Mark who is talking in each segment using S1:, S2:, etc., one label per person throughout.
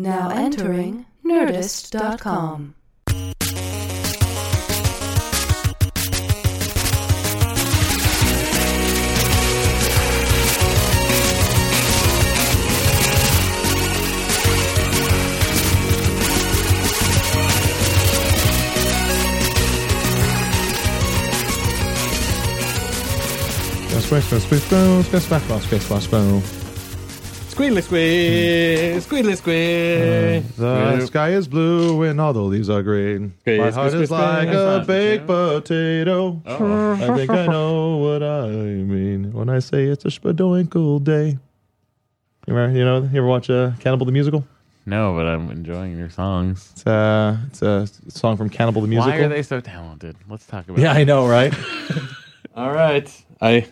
S1: Now entering Nerdist.com.
S2: Splash, splash, splash, splash, splash, splash, splash, splash, splash, splash.
S3: Squealy squee, squealy squee.
S2: The sky is blue and all the leaves are green.
S3: Okay,
S2: My
S3: yes,
S2: heart
S3: yes, yes,
S2: is like
S3: yes,
S2: a
S3: yes,
S2: baked
S3: yes.
S2: potato.
S3: Oh.
S2: I think I know what I mean when I say it's a spadoinkle day. You remember, you know, you ever watch uh, Cannibal the Musical?
S3: No, but I'm enjoying your songs.
S2: It's, uh, it's a song from Cannibal the Musical.
S3: Why are they so talented? Let's talk about
S2: yeah, I know, right?
S3: All right. I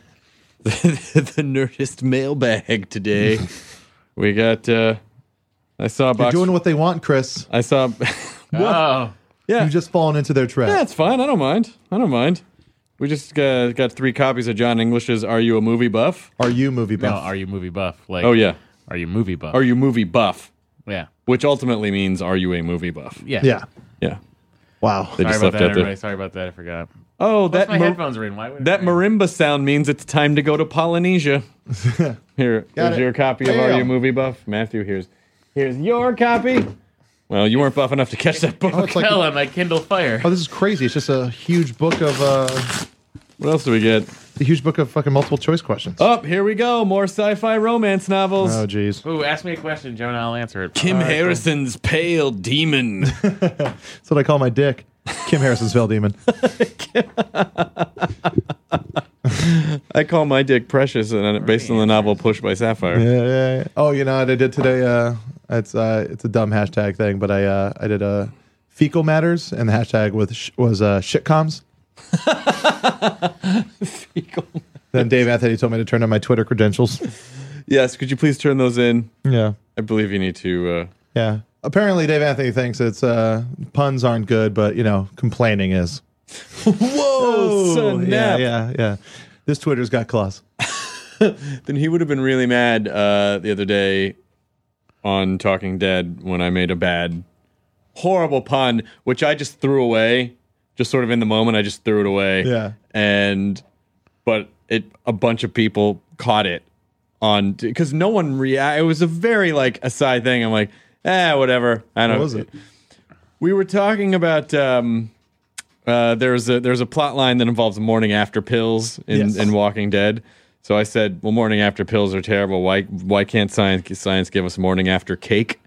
S4: the Nerdist mailbag today.
S3: we got uh I saw a
S2: They're
S3: box
S2: doing what they want, Chris.
S3: I saw Oh.
S2: You've just fallen into their trap.
S3: Yeah, it's fine. I don't mind. I don't mind. We just uh, got three copies of John English's Are You a Movie Buff?
S2: Are you movie
S5: No,
S2: buff?
S5: are you movie buff? Like,
S3: Oh yeah.
S5: are you movie buff?
S3: Are you movie buff?
S5: yeah,
S3: Which ultimately means are you a movie buff?
S5: yeah,
S2: yeah.
S3: Yeah.
S2: Wow.
S3: They
S5: Sorry
S3: just
S5: about
S3: left
S5: that,
S3: out
S5: everybody.
S3: the
S5: Sorry about that. I forgot.
S3: Oh,
S5: That
S3: that
S5: my
S3: mar-
S5: headphones are in. Why would
S3: That marimba sound means it's time to go to Polynesia. Here,
S2: Got it.
S3: here's your copy of Are You a
S2: Bam.
S3: Movie Buff? Matthew, here's here's your copy. Well, you weren't buff enough to catch that book.
S2: Oh, it's like-
S5: Hell, on my Kindle Fire.
S2: oh, this is crazy. It's just a huge book of uh,
S3: What else do we get?
S2: a huge book of fucking multiple choice questions.
S3: Up, here we go. More sci-fi romance novels.
S2: Oh, jeez.
S5: Ooh, ask me a question, Joe, and I'll answer it.
S4: Kim Harrison's Pale Demon.
S2: That's what I call my dick. Kim Harrison's Fell Demon.
S3: I call my dick precious, and based on the novel Push by Sapphire.
S2: Yeah, yeah, yeah. Oh, you know what I did today? Uh, it's uh, it's a dumb hashtag thing, but I uh, I did uh, fecal matters, and the hashtag with sh- was uh, shitcoms. Then Dave Anthony told me to turn on my Twitter credentials.
S3: Yes, could you please turn those in?
S2: Yeah,
S3: I believe you need to. uh,
S2: yeah. Apparently, Dave Anthony thinks it's uh, puns aren't good, but you know, complaining is.
S3: Uh...
S2: Oh,
S3: Whoa,
S2: yeah, yeah, yeah. This Twitter's got claws.
S3: Then he would have been really mad uh, the other day on Talking Dead when I made a bad, horrible pun, which I just threw away, just sort of in the moment. I just threw it away.
S2: Yeah.
S3: And, but it, a bunch of people caught it on, because no one react. It was a very like aside thing. I'm like, eh, whatever. I don't
S2: What was it?
S3: We were talking about, um, uh, there's a there's a plot line that involves morning after pills in,
S2: Yes.
S3: in Walking Dead. So I said, "Well, morning after pills are terrible. Why why can't science science give us morning after cake?"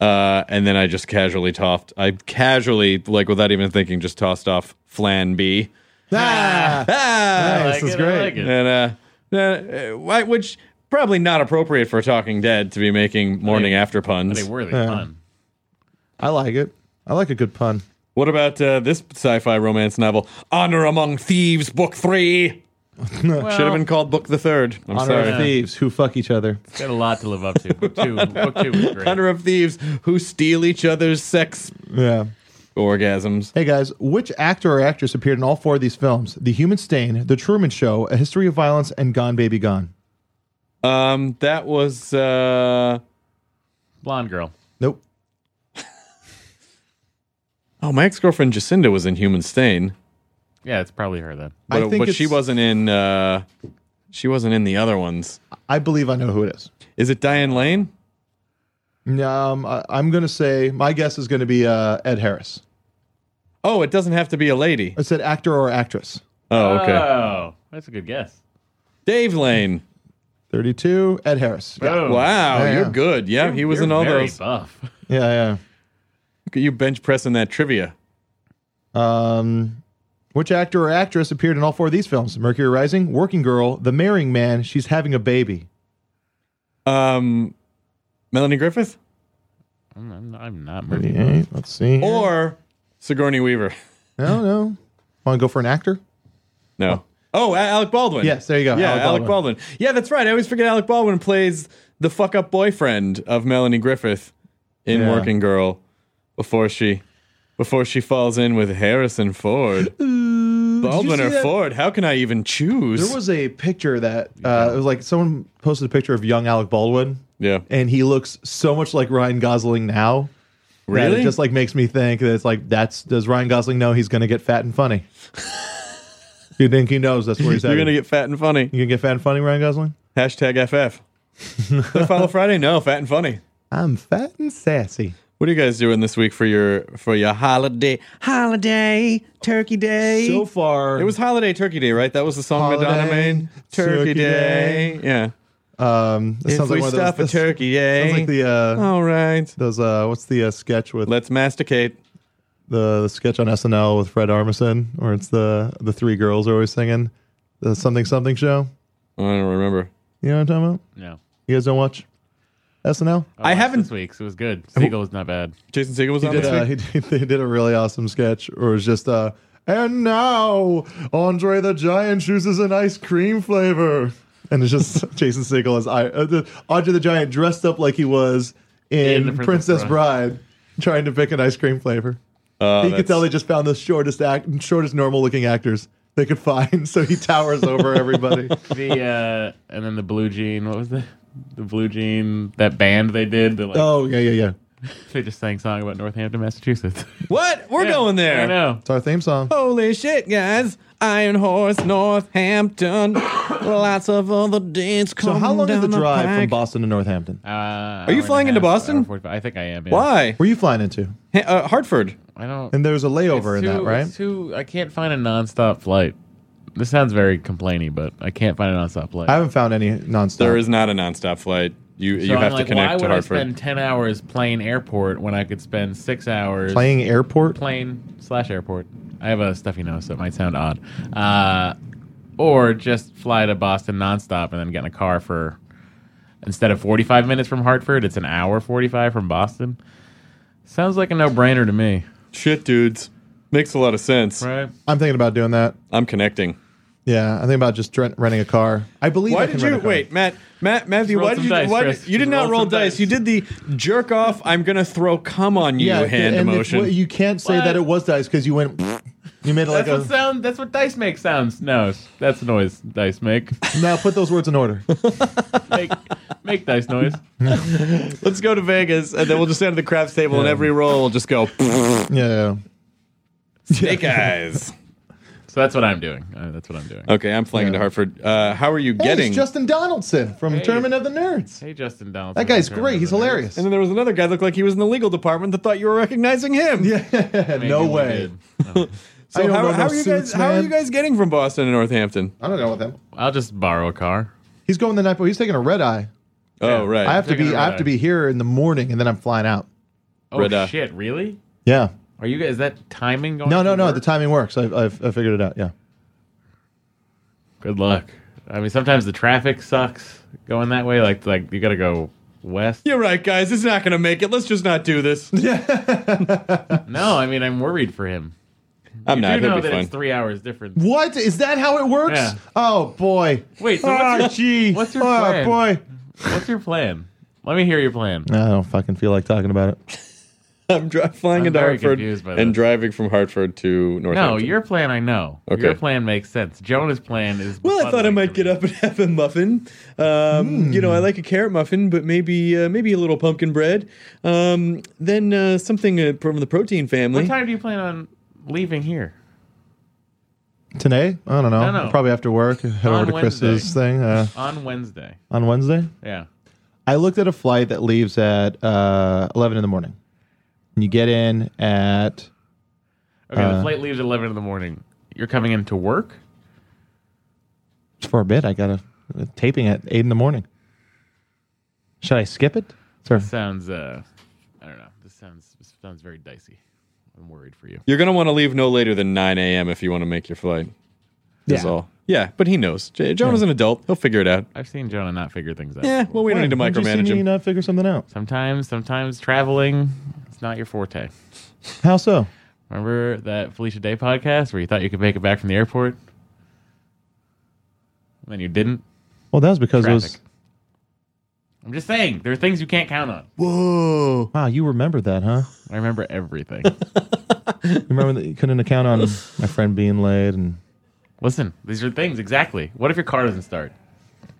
S3: Uh, and then I just casually tossed. I casually, like without even thinking, just tossed off flan B.
S2: Ah,
S3: Ah!
S2: Nice, this is great.
S3: And uh, then, uh, why- which probably not appropriate for Talking Dead to be making morning after puns.
S5: They were they fun.
S2: I like it. I like a good pun.
S3: What about uh, this sci-fi romance novel, Honor Among Thieves, Book Three? Should have been called Book the Third. I'm
S2: Honor
S3: sorry.
S2: of thieves who fuck each other.
S5: Got a lot to live up to. Book two, book two was great.
S3: Honor of Thieves who steal each other's sex
S2: Yeah.
S3: orgasms.
S2: Hey guys, which actor or actress appeared in all four of these films? The Human Stain, The Truman Show, A History of Violence, and Gone Baby Gone.
S3: Um, that was uh
S5: Blonde girl.
S2: Nope.
S3: oh my ex girlfriend Jacinda was in Human Stain,
S5: Yeah, it's probably her then.
S2: I
S3: but,
S2: think
S3: but she
S2: it's-
S3: wasn't in uh she wasn't in the other ones.
S2: I believe I know who it is.
S3: Is it Diane Lane?
S2: Um, I, I'm gonna say my guess is gonna be uh, Ed Harris.
S3: Oh, it doesn't have to be a lady.
S2: It said actor or actress.
S3: Oh, okay.
S2: Uh,
S5: Oh, that's a good guess.
S3: Dave Lane.
S2: Thirty-two. Ed Harris. Yeah,
S5: Boom.
S3: Wow,
S2: oh. Yeah,
S3: you're
S2: yeah.
S3: good. Yeah, he was
S5: You're
S3: in all
S5: very
S3: those.
S5: buff.
S2: yeah.
S3: Look at You bench pressing that trivia.
S2: yeah. Um, which actor or actress appeared in all four of these films? Mercury Rising, Working Girl, The Marrying Man, She's Having a Baby.
S3: Um, Melanie Griffith
S5: I'm, I'm- I'm not moving.
S2: Thirty-eight. Let's see.
S3: or Sigourney Weaver?
S2: No, no. Want to go for an actor?
S3: No. Oh, A- Alec Baldwin.
S2: Yes, there you go,
S3: Yeah,
S2: Alec
S3: Alec, Baldwin. Yeah, that's right. I always forget Alec Baldwin plays the fuck up boyfriend of Melanie Griffith in
S2: Yeah.
S3: Working Girl before she before she falls in with Harrison Ford. Baldwin
S2: Mm, see
S3: or
S2: that?
S3: Ford? How can I even choose?
S2: There was a picture that uh, it was like someone posted a picture of young Alec Baldwin,
S3: yeah.
S2: and he looks so much like Ryan Gosling now. that
S3: Really?
S2: it just like makes me think that it's like that's does Ryan Gosling know he's gonna get fat and funny? Do you think he knows that's where he's
S3: You're
S2: at?
S3: gonna get fat and funny.
S2: you gonna get fat and funny, Ryan Gosling?
S3: Hashtag FF. Did I Follow Friday? No, fat and funny.
S2: I'm fat and sassy.
S3: What are you guys doing this week for your for your holiday holiday turkey day?
S2: So far,
S3: It was Holiday Turkey Day, right? That was the song Madonna
S2: Holiday,
S3: made. Turkey
S2: Turkey
S3: Day. Yeah.
S2: um. That
S3: If
S2: sounds
S3: we
S2: like one
S3: stuff
S2: of those.
S3: a turkey, oh. yay.
S2: Sounds like the uh,
S3: All right.
S2: those uh, what's the uh, sketch with
S3: Let's masticate.
S2: the, the sketch on SNL with Fred Armisen, where it's the the three girls are always singing the something something show.
S3: I don't remember.
S2: You know what I'm talking about?
S5: No.
S2: You guys don't watch SNL?
S3: I
S5: watched
S3: haven't-
S5: This week's it was good. Seagull was not bad.
S3: Jason Segel was
S2: He
S3: on
S2: did,
S3: Oh, this
S2: uh,
S3: week?
S2: he did- they did a really awesome sketch, or it was just uh, and now Andre the Giant chooses an ice cream flavor, and it's just Jason Segel as I, uh, the, Andre the Giant dressed up like he was in,
S5: In The Princess
S2: Princess Bride. trying to pick an ice cream flavor.
S3: Oh,
S2: he could
S3: that's-
S2: tell they just found the shortest act, shortest normal looking actors they could find, so he towers over everybody.
S5: The uh, and then the blue jean. What was the the blue jean? That band they did. The, like,
S2: Oh yeah, yeah, yeah.
S5: They just sang a song about Northampton, Massachusetts.
S3: What? We're
S5: Yeah,
S3: going
S5: I
S3: there.
S5: know.
S2: It's our theme song.
S3: Holy shit, guys. Iron Horse, Northampton. Lots of other dates
S2: So how long is
S3: down
S2: the drive from
S3: pike.
S2: Boston to Northampton?
S5: Uh, Are
S3: you flying into Boston?
S5: I think I am. yeah.
S3: Why?
S2: Where you flying into?
S3: Ha- uh, Hartford.
S5: I don't.
S2: And there's a
S5: it's
S2: layover in that,
S5: too-
S2: right?
S5: it's too- I can't find a nonstop flight. This sounds very complaining, but I can't find a nonstop flight.
S2: I haven't found any nonstop.
S3: There is not a nonstop flight. You
S5: Oh. so
S3: you
S5: I'm
S3: have
S5: like,
S3: to connect
S5: why
S3: to
S5: would
S3: Hartford.
S5: I spend ten hours plane airport when I could spend six hours
S2: playing airport.
S5: plane slash airport? I have a stuffy nose, so it might sound odd. Uh, or just fly to Boston nonstop and then get in a car for instead of forty five minutes from Hartford, it's an hour forty five from Boston. Sounds like a no brainer to me,
S3: Shit, dudes. Makes a lot of sense.
S5: right?
S2: I'm thinking about doing that.
S3: I'm connecting.
S2: Yeah, I'm thinking about just rent, renting a car. I believe. I
S3: Why
S2: can
S3: did
S2: rent
S3: you
S2: a car.
S3: wait, Matt? Matt, Matthew,
S5: roll
S3: why did
S5: some
S3: you?
S5: dice,
S3: why
S5: Chris.
S3: did, you did
S5: Just
S3: not
S5: roll
S3: roll
S5: some
S3: dice.
S5: dice.
S3: You did the jerk off. I'm gonna throw cum on you
S2: Yeah,
S3: hand
S2: and if-
S3: emotion.
S2: well, you can't say
S5: What?
S2: that it was dice because you went. You made it like
S5: That's
S2: a.
S5: what sound. That's what dice make sounds. No, that's the noise dice make.
S2: Now put those words in order.
S5: Make, make dice noise.
S3: Let's go to Vegas, and then we'll just stand at the craps table, and every roll will just go
S2: Yeah, yeah.
S3: snake eyes.
S5: So that's what I'm doing. Uh, that's what I'm doing.
S3: Okay, I'm flying to Hartford. Uh, how are you
S2: Hey,
S3: getting?
S2: it's Justin Donaldson from Tournament of the Nerds.
S5: Hey, Justin Donaldson.
S2: That guy's great. He's hilarious.
S3: and then there was another guy that looked like he was in the legal department that thought you were recognizing him. Yeah.
S5: Maybe
S2: no
S5: we
S2: way.
S5: did.
S2: I
S3: So
S2: don't
S3: how,
S2: know
S3: how
S2: no
S3: are you
S2: suits,
S3: guys? How are
S2: man.
S3: you guys getting from Boston to Northampton?
S2: I don't know with him.
S5: I'll just borrow a car.
S2: He's going the night, but he's taking a red eye.
S3: Oh right.
S2: I have to
S5: Taking
S2: be.
S5: a
S2: I have
S5: red
S2: to
S5: eye.
S2: be here in the morning, and then I'm flying out.
S5: Oh
S3: Red
S2: uh,
S3: eye.
S5: shit! Really?
S2: Yeah.
S5: Are you guys? Is that timing going?
S2: No, no,
S5: to
S2: no.
S5: work?
S2: The timing works. I've, I've, I figured it out. Yeah.
S5: Good luck. I mean, sometimes the traffic sucks going that way. Like, like you got to go west.
S3: You're right, guys. It's not gonna make it. Let's just not do this.
S5: No, I mean, I'm worried for him.
S3: I'm
S5: you
S3: not.
S5: do
S3: It'll
S5: know
S3: be
S5: that
S3: fun.
S5: it's three hours different.
S2: What is that? How it works?
S5: Yeah.
S2: Oh boy.
S5: Wait, so
S2: Ah,
S5: what's
S2: gee.
S5: what's your
S2: oh,
S5: plan?
S2: boy.
S5: your, what's your plan? Let me hear your plan.
S2: I don't fucking feel like talking about it.
S3: I'm dri- flying
S5: I'm
S3: into
S5: very
S3: Hartford
S5: confused by
S3: and
S5: this.
S3: driving from Hartford to
S5: No,
S3: Northampton.
S5: your plan I know.
S3: Okay.
S5: Your plan makes sense. Jonah's plan is
S3: Well, I thought I
S5: befuddling
S3: might
S5: to
S3: get
S5: me.
S3: up and have a muffin. Um, You
S5: Hmm.
S3: know, I like a carrot muffin, but maybe uh, maybe a little pumpkin bread. Um, then uh, something uh, from the protein family.
S5: What time do you plan on leaving here?
S2: Today? I don't know.
S5: No, no.
S2: Probably after work. Head
S5: On
S2: over to Chris's thing uh,
S5: On Wednesday.
S2: on Wednesday.
S5: Yeah.
S2: I looked at a flight that leaves at uh, 11 in the morning. And you get in at
S5: Okay,
S3: Uh,
S5: the flight leaves at eleven in the morning. You're coming in to work?
S2: for a bit. I got a, a taping at 8 in the morning. Should I skip it? Sorry.
S5: Sounds uh I don't know. This sounds this sounds very dicey. I'm worried for you.
S3: You're gonna want to leave no later than 9 a.m. if you want to make your flight. Is
S2: Yeah.
S3: all. Yeah, but he knows. J- John is an adult. He'll figure it out.
S5: I've seen Jonah not figure things out.
S3: Yeah.
S5: before.
S3: Well, we don't need to
S2: Why? Haven't you
S3: micromanage
S2: seen me
S3: him.
S2: not figure something out.
S5: Sometimes sometimes traveling it's not your forte.
S2: How so?
S5: Remember that Felicia Day podcast where you thought you could make it back from the airport? And then you didn't?
S2: Well, that was because it was.
S5: Traffic. I'm just saying, there are things you can't count on.
S3: Whoa.
S2: Wow, you remembered that, huh?
S5: I remember everything.
S2: You remember that you couldn't account on my friend being late and.
S5: Listen, these are things exactly. What if your car doesn't start?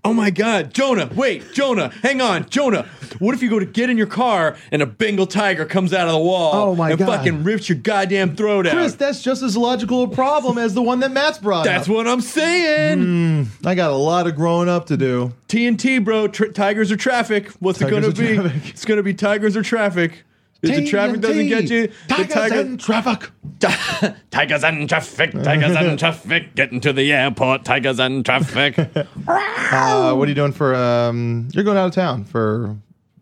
S3: Oh my God, Jonah! Wait, Jonah! Hang on, Jonah! What if you go to get in your car and a Bengal tiger comes out of the wall?
S2: Oh my
S3: and
S2: God.
S3: Fucking rips your goddamn throat out.
S2: Chris, that's just as logical a problem as the one that Matt's brought
S3: That's
S2: up. Mm.
S3: what I'm saying.
S2: I got a lot of growing up to do.
S3: TNT, bro. Tr- tigers or traffic? What's
S2: Tigers
S3: it
S2: or
S3: gonna be?
S2: traffic.
S3: It's gonna be tigers or traffic. If the traffic doesn't get you, the tiger.
S2: traffic.
S4: Tigers and traffic, tigers and traffic, getting to the airport, tigers and traffic.
S2: Uh, what are you doing for? um You're going out of town for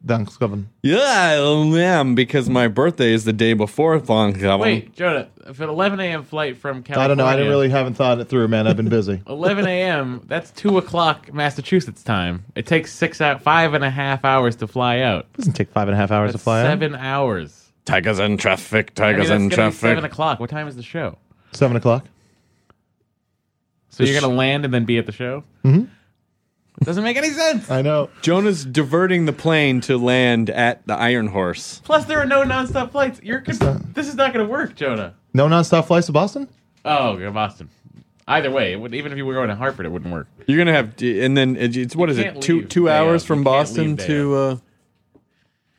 S2: Thanksgiving.
S3: Yeah, I am because my birthday is the day before Thanksgiving.
S5: Wait, Jonah, if an 11 a.m. flight from California.
S2: I don't know. I didn't really haven't thought it through, man. I've been busy.
S5: 11 a.m. That's two o'clock Massachusetts time. It takes six out, five and a half hours to fly out.
S2: doesn't take five and a half hours to
S5: That's
S2: fly. out.
S5: seven hours.
S4: tigers and traffic,
S5: I mean,
S4: tigers
S5: that's
S4: and
S5: gonna be seven
S4: traffic.
S5: o'clock. What time is the show?
S2: Seven o'clock.
S5: So you're gonna land and then be at the show? Mm-hmm. It doesn't make any sense.
S2: I know.
S3: Jonah's diverting the plane to land at the Iron Horse.
S5: Plus, there are no nonstop flights. You're con- this is not gonna work, Jonah.
S2: No nonstop flights to Boston.
S5: Oh, you're Boston. Either way, it would, even if you were going to Hartford, it wouldn't work.
S3: You're gonna have, and then it's what is it?
S5: can't
S3: Two
S5: leave
S3: two
S5: day
S3: hours
S5: of.
S3: from
S5: You can't
S3: Boston
S5: leave day
S3: to uh,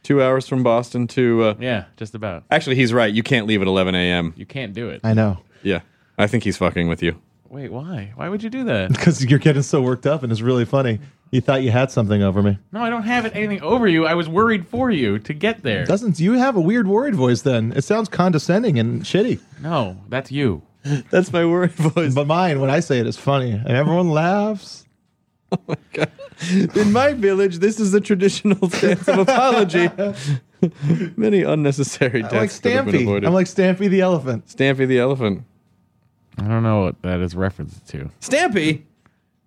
S3: two hours from Boston to. Uh,
S5: Yeah, just about.
S3: Actually, he's right. You can't leave at 11 a.m.
S5: You can't do it.
S2: I know.
S3: Yeah, I think he's fucking with you.
S5: Wait, why? Why would you do that?
S2: Because you're getting so worked up, and it's really funny. You thought you had something over me.
S5: No, I don't have it, anything over you. I was worried for you to get there.
S2: Doesn't you have a weird worried voice? Then it sounds condescending and shitty.
S5: no, that's you.
S3: That's my worry voice.
S2: But mine, when I say it, is funny, and everyone laughs.
S3: In my village, this is the traditional stance of apology. Many unnecessary deaths
S2: I'm like
S3: could have been
S2: Stampy.
S3: avoided.
S2: I'm like Stampy the elephant.
S3: Stampy the elephant.
S5: I don't know what that is referenced to.
S3: Stampy,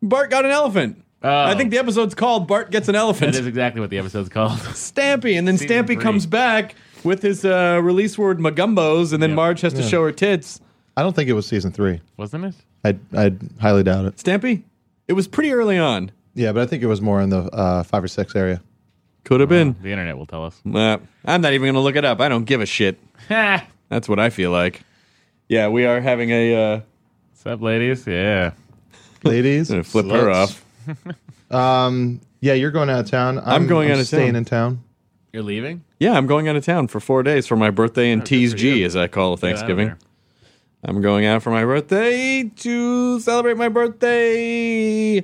S3: Bart got an elephant. I think the episode's called "Bart Gets an Elephant."
S5: Oh. That is exactly what the episode's called.
S3: Stampy, and then
S5: Season
S3: Stampy
S5: three.
S3: comes back with his uh, release word "magumbos," and then
S5: Yep.
S3: Marge has to show her tits.
S2: I don't think it was season three.
S5: Wasn't it?
S2: I I highly doubt it.
S3: Stampy, it was pretty early on.
S2: Yeah, but I think it was more in the uh, five or six area.
S3: Could have been.
S5: The internet will tell us.
S3: Uh, I'm not even gonna look it up. I don't give a shit.
S5: Hmm.
S3: That's what I feel like. Yeah, we are having a uh,
S5: What's up, ladies? Yeah.
S2: Ladies,
S3: gonna flip her
S2: sluts.
S3: off.
S2: Um, yeah, you're going out of town. I'm,
S3: going out of
S2: staying
S3: town.
S2: in town.
S5: You're leaving?
S3: Yeah, I'm going out of town for four days for my birthday and T's G, as I call
S5: Get out of
S3: Thanksgiving.
S5: there.
S3: I'm going out for my birthday to celebrate my birthday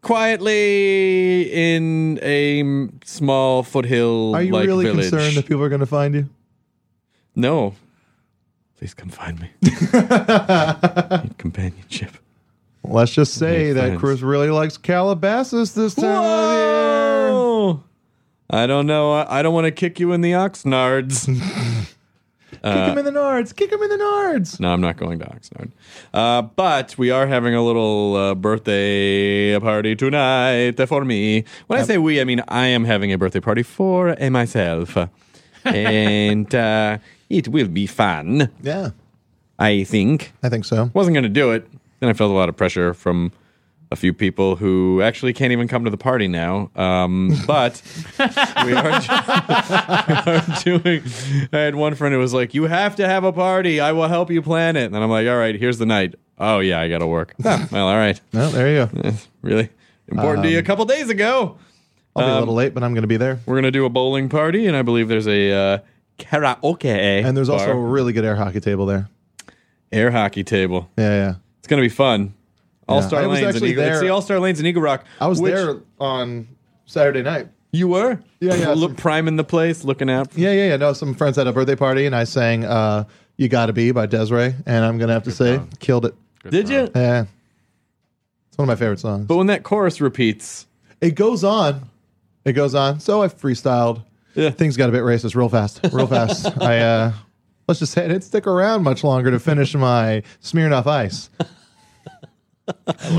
S3: quietly in a m- small foothill.
S2: Are you really
S3: village.
S2: concerned that people are going to find you?
S3: No. Please come find me. Need companionship.
S2: Let's just say
S3: Hey,
S2: that
S3: friends.
S2: Chris really likes Calabasas this time of year.
S3: Whoa! I don't know. I, I don't want to kick you in the oxnards.
S2: Kick him in the nards. Kick him in the nards.
S3: No, I'm not going to Oxnard. Uh, but we are having a little uh, birthday party tonight for me. When I say we, I mean I am having a birthday party for uh, myself. and uh, it will be fun.
S2: Yeah.
S3: I think.
S2: I think so.
S3: Wasn't going to do it. Then I felt a lot of pressure from a few people who actually can't even come to the party now. Um, but we are, do- we are doing. I had one friend who was like, "You have to have a party. I will help you plan it." And I'm like, "All right, here's the night." Oh yeah, I got to work. Ah, well, all right.
S2: No, there you go.
S3: Really important to you.
S2: Um,
S3: A couple days ago,
S2: I'll be a little late, but I'm going to be there.
S3: we're gonna do a bowling party, and I believe there's a uh, karaoke
S2: And there's also
S3: bar.
S2: a really good air hockey table there.
S3: air hockey table.
S2: Yeah, yeah.
S3: It's gonna be fun. All Star
S2: I was
S3: Lanes and
S2: actually
S3: Eagle. It's
S2: there.
S3: the All Star Lanes and Eagle Rock.
S2: I was
S3: which-
S2: there on Saturday night.
S3: You were.
S2: Yeah, yeah,
S3: Look,
S2: some-
S3: priming the place, looking out.
S2: Yeah, yeah, yeah. No, some friends had a birthday party, and I sang uh, "You Gotta Be" by Desiree, and I'm gonna have to say, killed it.
S3: Did you?
S2: Yeah, it's one of my favorite songs.
S3: But when that chorus repeats,
S2: it goes on, it goes on. So I freestyled.
S3: Yeah.
S2: Things got a bit racist real fast, real fast. I uh, let's just say I didn't stick around much longer to finish my Smirnoff Ice.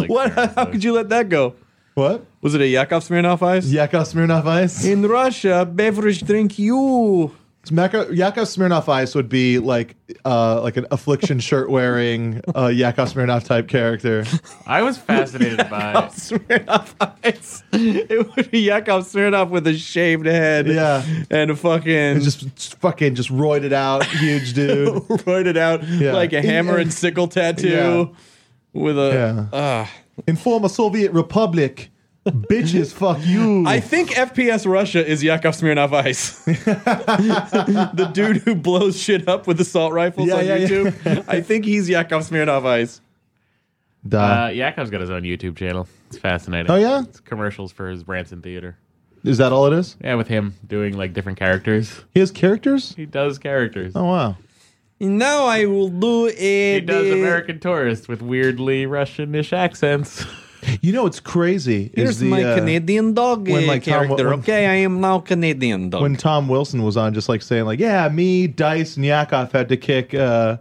S3: what? How could you let that go?
S2: What?
S3: Was it a Yakov Smirnoff ice?
S2: Yakov Smirnoff Ice.
S3: In Russia, beverage drink you.
S2: Maka- Yakov Smirnoff Ice would be like uh, like an affliction shirt wearing uh, Yakov Smirnoff type character.
S5: I was fascinated by
S3: Smirnoff ice. It would be Yakov Smirnoff with a shaved head.
S2: Yeah.
S3: And a fucking
S2: And just just fucking just roided out, huge dude.
S3: wrote it out like a hammer and sickle tattoo with a.
S2: Yeah.
S3: Ah.
S2: In former Soviet Republic, bitches, fuck you.
S3: I think FPS Russia is Yakov Smirnov Ice. the dude who blows shit up with assault rifles
S2: Yeah,
S3: on
S2: yeah, yeah.
S3: YouTube. I think he's Yakov Smirnov Ice.
S2: Duh.
S5: Uh, Yakov's got his own YouTube channel. It's fascinating.
S2: Oh, yeah?
S5: it's commercials for his Branson Theater.
S2: is that all it is?
S5: Yeah, with him doing like different characters.
S2: He has characters.
S5: He does characters.
S2: Oh wow.
S3: Now I will do a.
S5: He does American Tourist with weirdly Russian-ish accents.
S2: You know what's crazy
S3: Here's
S2: is the
S3: my
S2: uh,
S3: Canadian dog
S2: when,
S3: uh,
S2: like, Tom-
S3: character.
S2: when-
S3: okay, I am now Canadian dog.
S2: when Tom Wilson was on, just like saying like, yeah, me, Dice, and Yakov had to kick uh,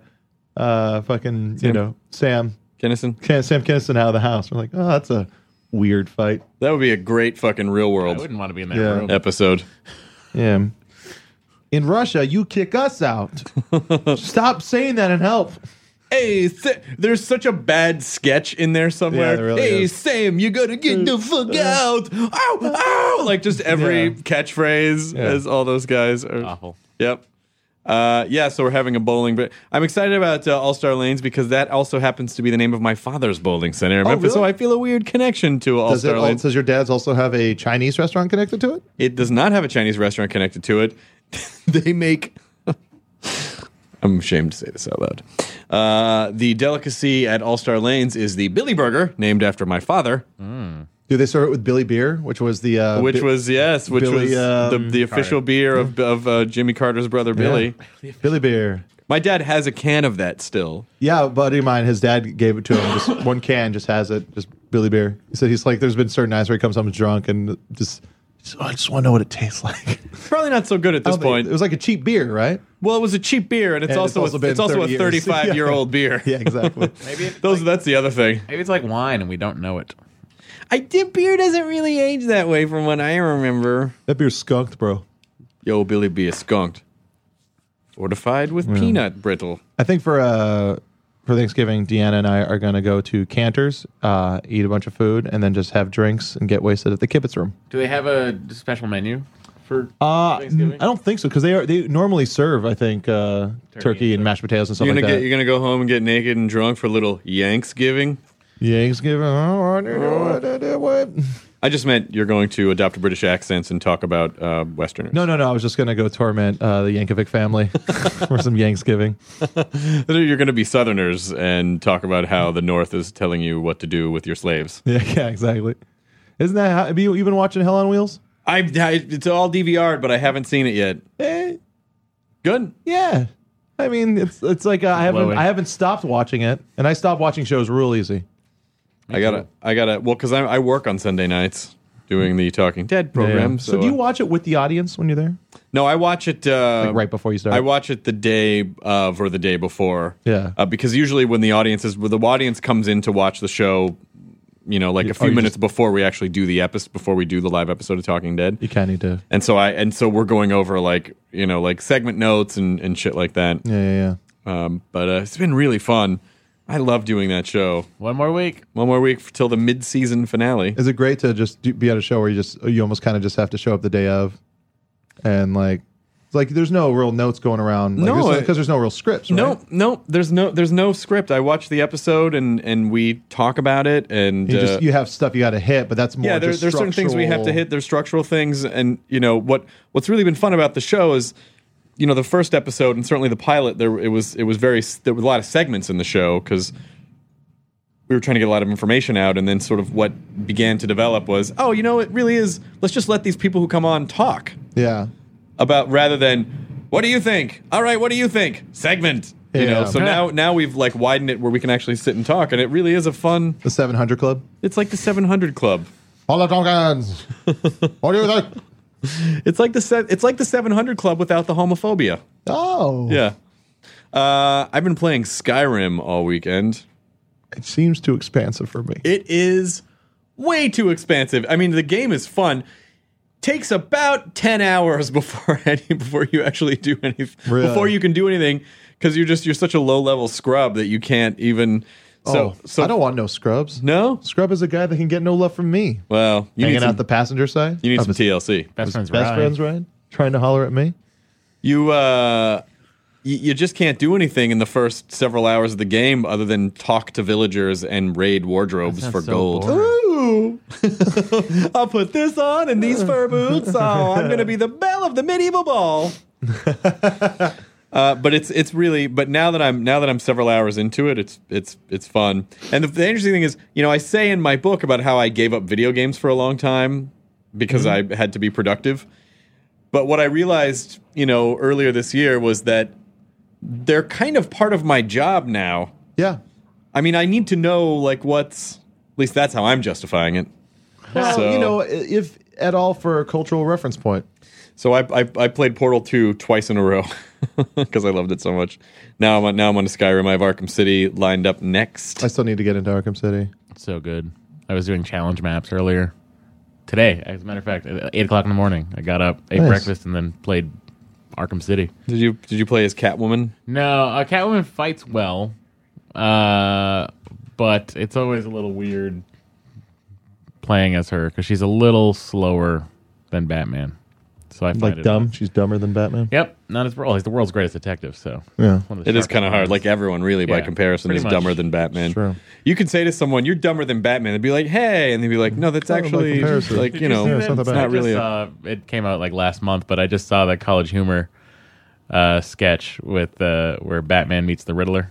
S2: uh, fucking you know Sam
S3: Kinnison,
S2: Ken- Sam Kinison out of the house. We're like, oh, that's a weird fight.
S3: that would be a great fucking real
S5: I
S3: world
S5: wouldn't want to be in that
S2: Yeah.
S5: room.
S3: episode.
S2: Yeah. In Russia, you kick us out. Stop saying that and help.
S3: Hey, Sa- there's such a bad sketch in there somewhere.
S2: Yeah, there really
S3: hey,
S2: is.
S3: Sam, you gotta get the fuck out. Ow, ow. Like just every
S2: Yeah.
S3: catchphrase as all those guys are.
S5: Awful.
S3: Yep. Uh, yeah, so we're having a bowling, but I'm excited about uh, All Star Lanes because that also happens to be the name of my father's bowling center in Memphis. So
S2: Oh, really?
S3: I feel a weird connection to All
S2: Does, it
S3: Star
S2: all,
S3: Lanes.
S2: does your dad's also have a Chinese restaurant connected to it?
S3: It does not have a Chinese restaurant connected to it. they make. I'm ashamed to say this out loud. Uh, the delicacy at All Star Lanes is the Billy Burger, named after my father,
S2: Do they serve it with Billy Beer, which was the uh,
S3: which
S2: Bi-
S3: was yes, which
S2: Billy,
S3: was the,
S2: um,
S3: the official beer of, of uh, Jimmy Carter's brother
S2: Yeah.
S3: Billy.
S2: Billy Beer?
S3: My dad has a can of that still.
S2: Yeah, a buddy of mine, his dad gave it to him. Just one can, just has it, just Billy Beer. He said he's like, there's been certain nights where he comes home drunk and just, just, oh, I just want to know what it tastes like.
S3: It's probably not so good at this point.
S2: it was like a cheap beer, right?
S3: well, it was a cheap beer, and it's
S2: And it's
S3: also
S2: also
S3: a,
S2: been
S3: it's also
S2: 30
S3: a
S2: years.
S3: 35 year old beer.
S2: Yeah, exactly.
S5: Maybe it's,
S3: Those that's the other thing.
S5: maybe it's like wine and we don't know it.
S3: I did beer doesn't really age that way from what I remember.
S2: that beer's skunked, bro.
S3: Yo, Billy B is skunked. Fortified with peanut brittle.
S2: I think for uh for Thanksgiving, Deanna and I are gonna go to Cantor's, uh, eat a bunch of food, and then just have drinks and get wasted at the kibbutz room.
S5: Do they have a special menu for?
S2: Uh,
S5: Thanksgiving?
S2: I don't think so because they are they normally serve I think uh, turkey, and mashed potatoes and stuff
S3: You're gonna
S2: like
S3: get
S2: that.
S3: you're gonna go home and get naked and drunk for little Yanksgiving.
S2: Thanksgiving. Oh, I don't know what I did, what?
S3: I just meant you're going to adopt British accents and talk about uh, Westerners.
S2: No, no, no. I was just gonna go torment uh, the Yankovic family for some Yanksgiving.
S3: You're gonna be Southerners and talk about how the North is telling you what to do with your slaves.
S2: Yeah, yeah, exactly. Isn't that how, have you you've been watching Hell on Wheels?
S3: I, I it's all DVR'd, but I haven't seen it yet.
S2: Eh,
S3: Good.
S2: yeah. I mean, it's it's like uh, I haven't
S5: Blowing.
S2: I haven't stopped watching it, and I stopped watching shows real easy.
S3: I gotta, I gotta. Well, because I, I work on Sunday nights doing the Talking Dead program.
S2: So,
S3: So,
S2: do you
S3: uh,
S2: watch it with the audience when you're there?
S3: no, I watch it uh,
S2: Like right before you start?
S3: I watch it the day of or the day before.
S2: Yeah.
S3: uh, because usually when the audience is when the audience comes in to watch the show, you know, like a few
S2: Oh, you
S3: minutes before we actually do the episode, before we do the live episode of Talking Dead.
S2: you kind of need to.
S3: And so I and so we're going over like you know like segment notes and and shit like that.
S2: Yeah, yeah, yeah.
S3: Um, but uh, it's been really fun. I love doing that show.
S5: One more week.
S3: One more week f- till the mid-season finale.
S2: Is it great to just do, be at a show where you just you almost kind of just have to show up the day of, and like, it's like there's no real notes going around. Like,
S3: No,
S2: because
S3: I-
S2: there's, no real scripts. Right?
S3: No, no, there's no, there's no script. I watch the episode and and we talk about it and
S2: you
S3: uh,
S2: just you have stuff you got to hit, but that's more.
S3: yeah, there,
S2: just
S3: there's certain things we have to
S2: structural-
S3: hit. There's structural things, and you know what what's really been fun about the show is, you know, the first episode and certainly the pilot. There it was it was very s- there were a lot of segments in the show because we were trying to get a lot of information out, and then sort of what began to develop was, oh, you know, it really is. Let's just let these people who come on talk
S2: Yeah,
S3: about rather than what do you think? All right, what do you think? Segment. You
S2: Yeah.
S3: know, so now now we've like widened it where we can actually sit and talk, and it really is a fun.
S2: the 700 Club.
S3: It's like the 700 Club.
S2: Paula Tompkins. what do you think?
S3: It's like the se- it's like the 700 Club without the homophobia.
S2: Oh,
S3: Yeah. Uh, I've been playing Skyrim all weekend.
S2: It seems too expansive for me.
S3: It is way too expansive. I mean, the game is fun. Takes about 10 hours before any before you actually do anything.
S2: Really?
S3: Before you can do anything cuz you're just you're such a low-level scrub that you can't even so
S2: oh,
S3: so
S2: I don't want no scrubs.
S3: No?
S2: Scrub is a guy that can get no love from me.
S3: Well, you
S2: Hanging
S3: need some,
S2: out the passenger side.
S3: you need
S2: of
S3: some
S2: his
S3: TLC.
S5: Best friends.
S2: best
S5: Ryan.
S2: friends, right? Trying to holler at me.
S3: you uh y- you just can't do anything in the first several hours of the game other than talk to villagers and raid wardrobes
S5: Sounds
S3: for
S5: so
S3: gold.
S5: boring.
S3: Ooh. I'll put this on and these fur boots. Oh, I'm gonna be the belle of the medieval ball. Uh, but it's it's really but now that I'm now that I'm several hours into it, it's it's it's fun. And the, the interesting thing is, you know, I say in my book about how I gave up video games for a long time because I had to be productive. But what I realized, you know, earlier this year was that they're kind of part of my job now.
S2: Yeah.
S3: I mean, I need to know like what's at least that's how I'm justifying it.
S2: Well,
S3: So-
S2: you know, i- if at all for a cultural reference point.
S3: So I, I, I played Portal 2 twice in a row because I loved it so much. Now I'm on, now I'm on to Skyrim. I have Arkham City lined up next.
S2: I still need to get into Arkham City.
S5: So good. I was doing challenge maps earlier today. As a matter of fact, at eight o'clock in the morning, I got up, ate
S2: Nice.
S5: breakfast, and then played Arkham City.
S3: Did you did you play as Catwoman?
S5: No, uh, Catwoman fights well, uh, but it's always a little weird playing as her because she's a little slower than Batman. So I find
S2: Like
S5: it
S2: dumb. She's dumber than Batman.
S5: Yep, not as well. He's the world's greatest detective, so
S2: Yeah.
S5: One of the
S3: It is
S5: sharpest
S3: kind of hard.
S5: minds.
S3: Like everyone, really, by
S5: Yeah,
S3: comparison,
S5: pretty
S3: is
S5: much.
S3: dumber than Batman.
S2: True.
S3: You could say to someone, "You're dumber than Batman." They'd be like, "Hey," and they'd be like, "No, that's
S2: Oh, by
S3: actually
S2: comparison.
S3: like
S2: Did
S3: you
S2: you
S3: know,
S2: see
S3: it's
S2: that?
S3: not,
S2: I
S5: I
S3: really."
S5: just
S3: A,
S5: saw it came out like last month, but I just saw that College Humor uh, sketch with uh, where Batman meets the Riddler,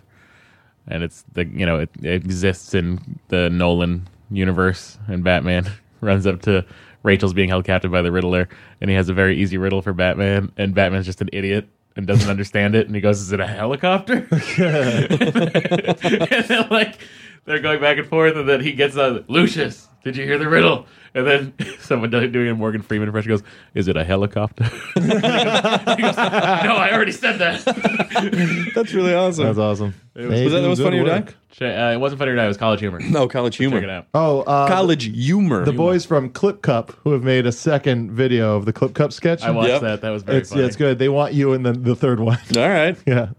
S5: and it's the you know it, it exists in the Nolan universe, and Batman runs up to Rachel's being held captive by the Riddler, and he has a very easy riddle for Batman, and Batman's just an idiot. And doesn't understand it, and he goes, "Is it a helicopter?" and then like they're going back and forth, and then he gets on Lucius. Did you hear the riddle? And then someone does- doing a Morgan Freeman impression goes, "Is it a helicopter?" He goes- he goes, no, I already said that.
S3: that's really awesome.
S2: That's awesome. They
S3: was that
S2: do
S3: that was
S2: good
S3: funny or
S2: work.
S3: die?
S5: Ch- uh, it wasn't funny or not. It was college humor.
S3: No, college humor.
S5: Check it out.
S2: Oh, uh,
S3: College humor.
S2: the boys from Clip Cup who have made a second video of the Clip Cup sketch.
S5: I watched
S3: Yep.
S5: that. That was very
S2: It's
S5: funny.
S2: yeah, it's good. They want you in the, the third one.
S3: All right.
S2: yeah,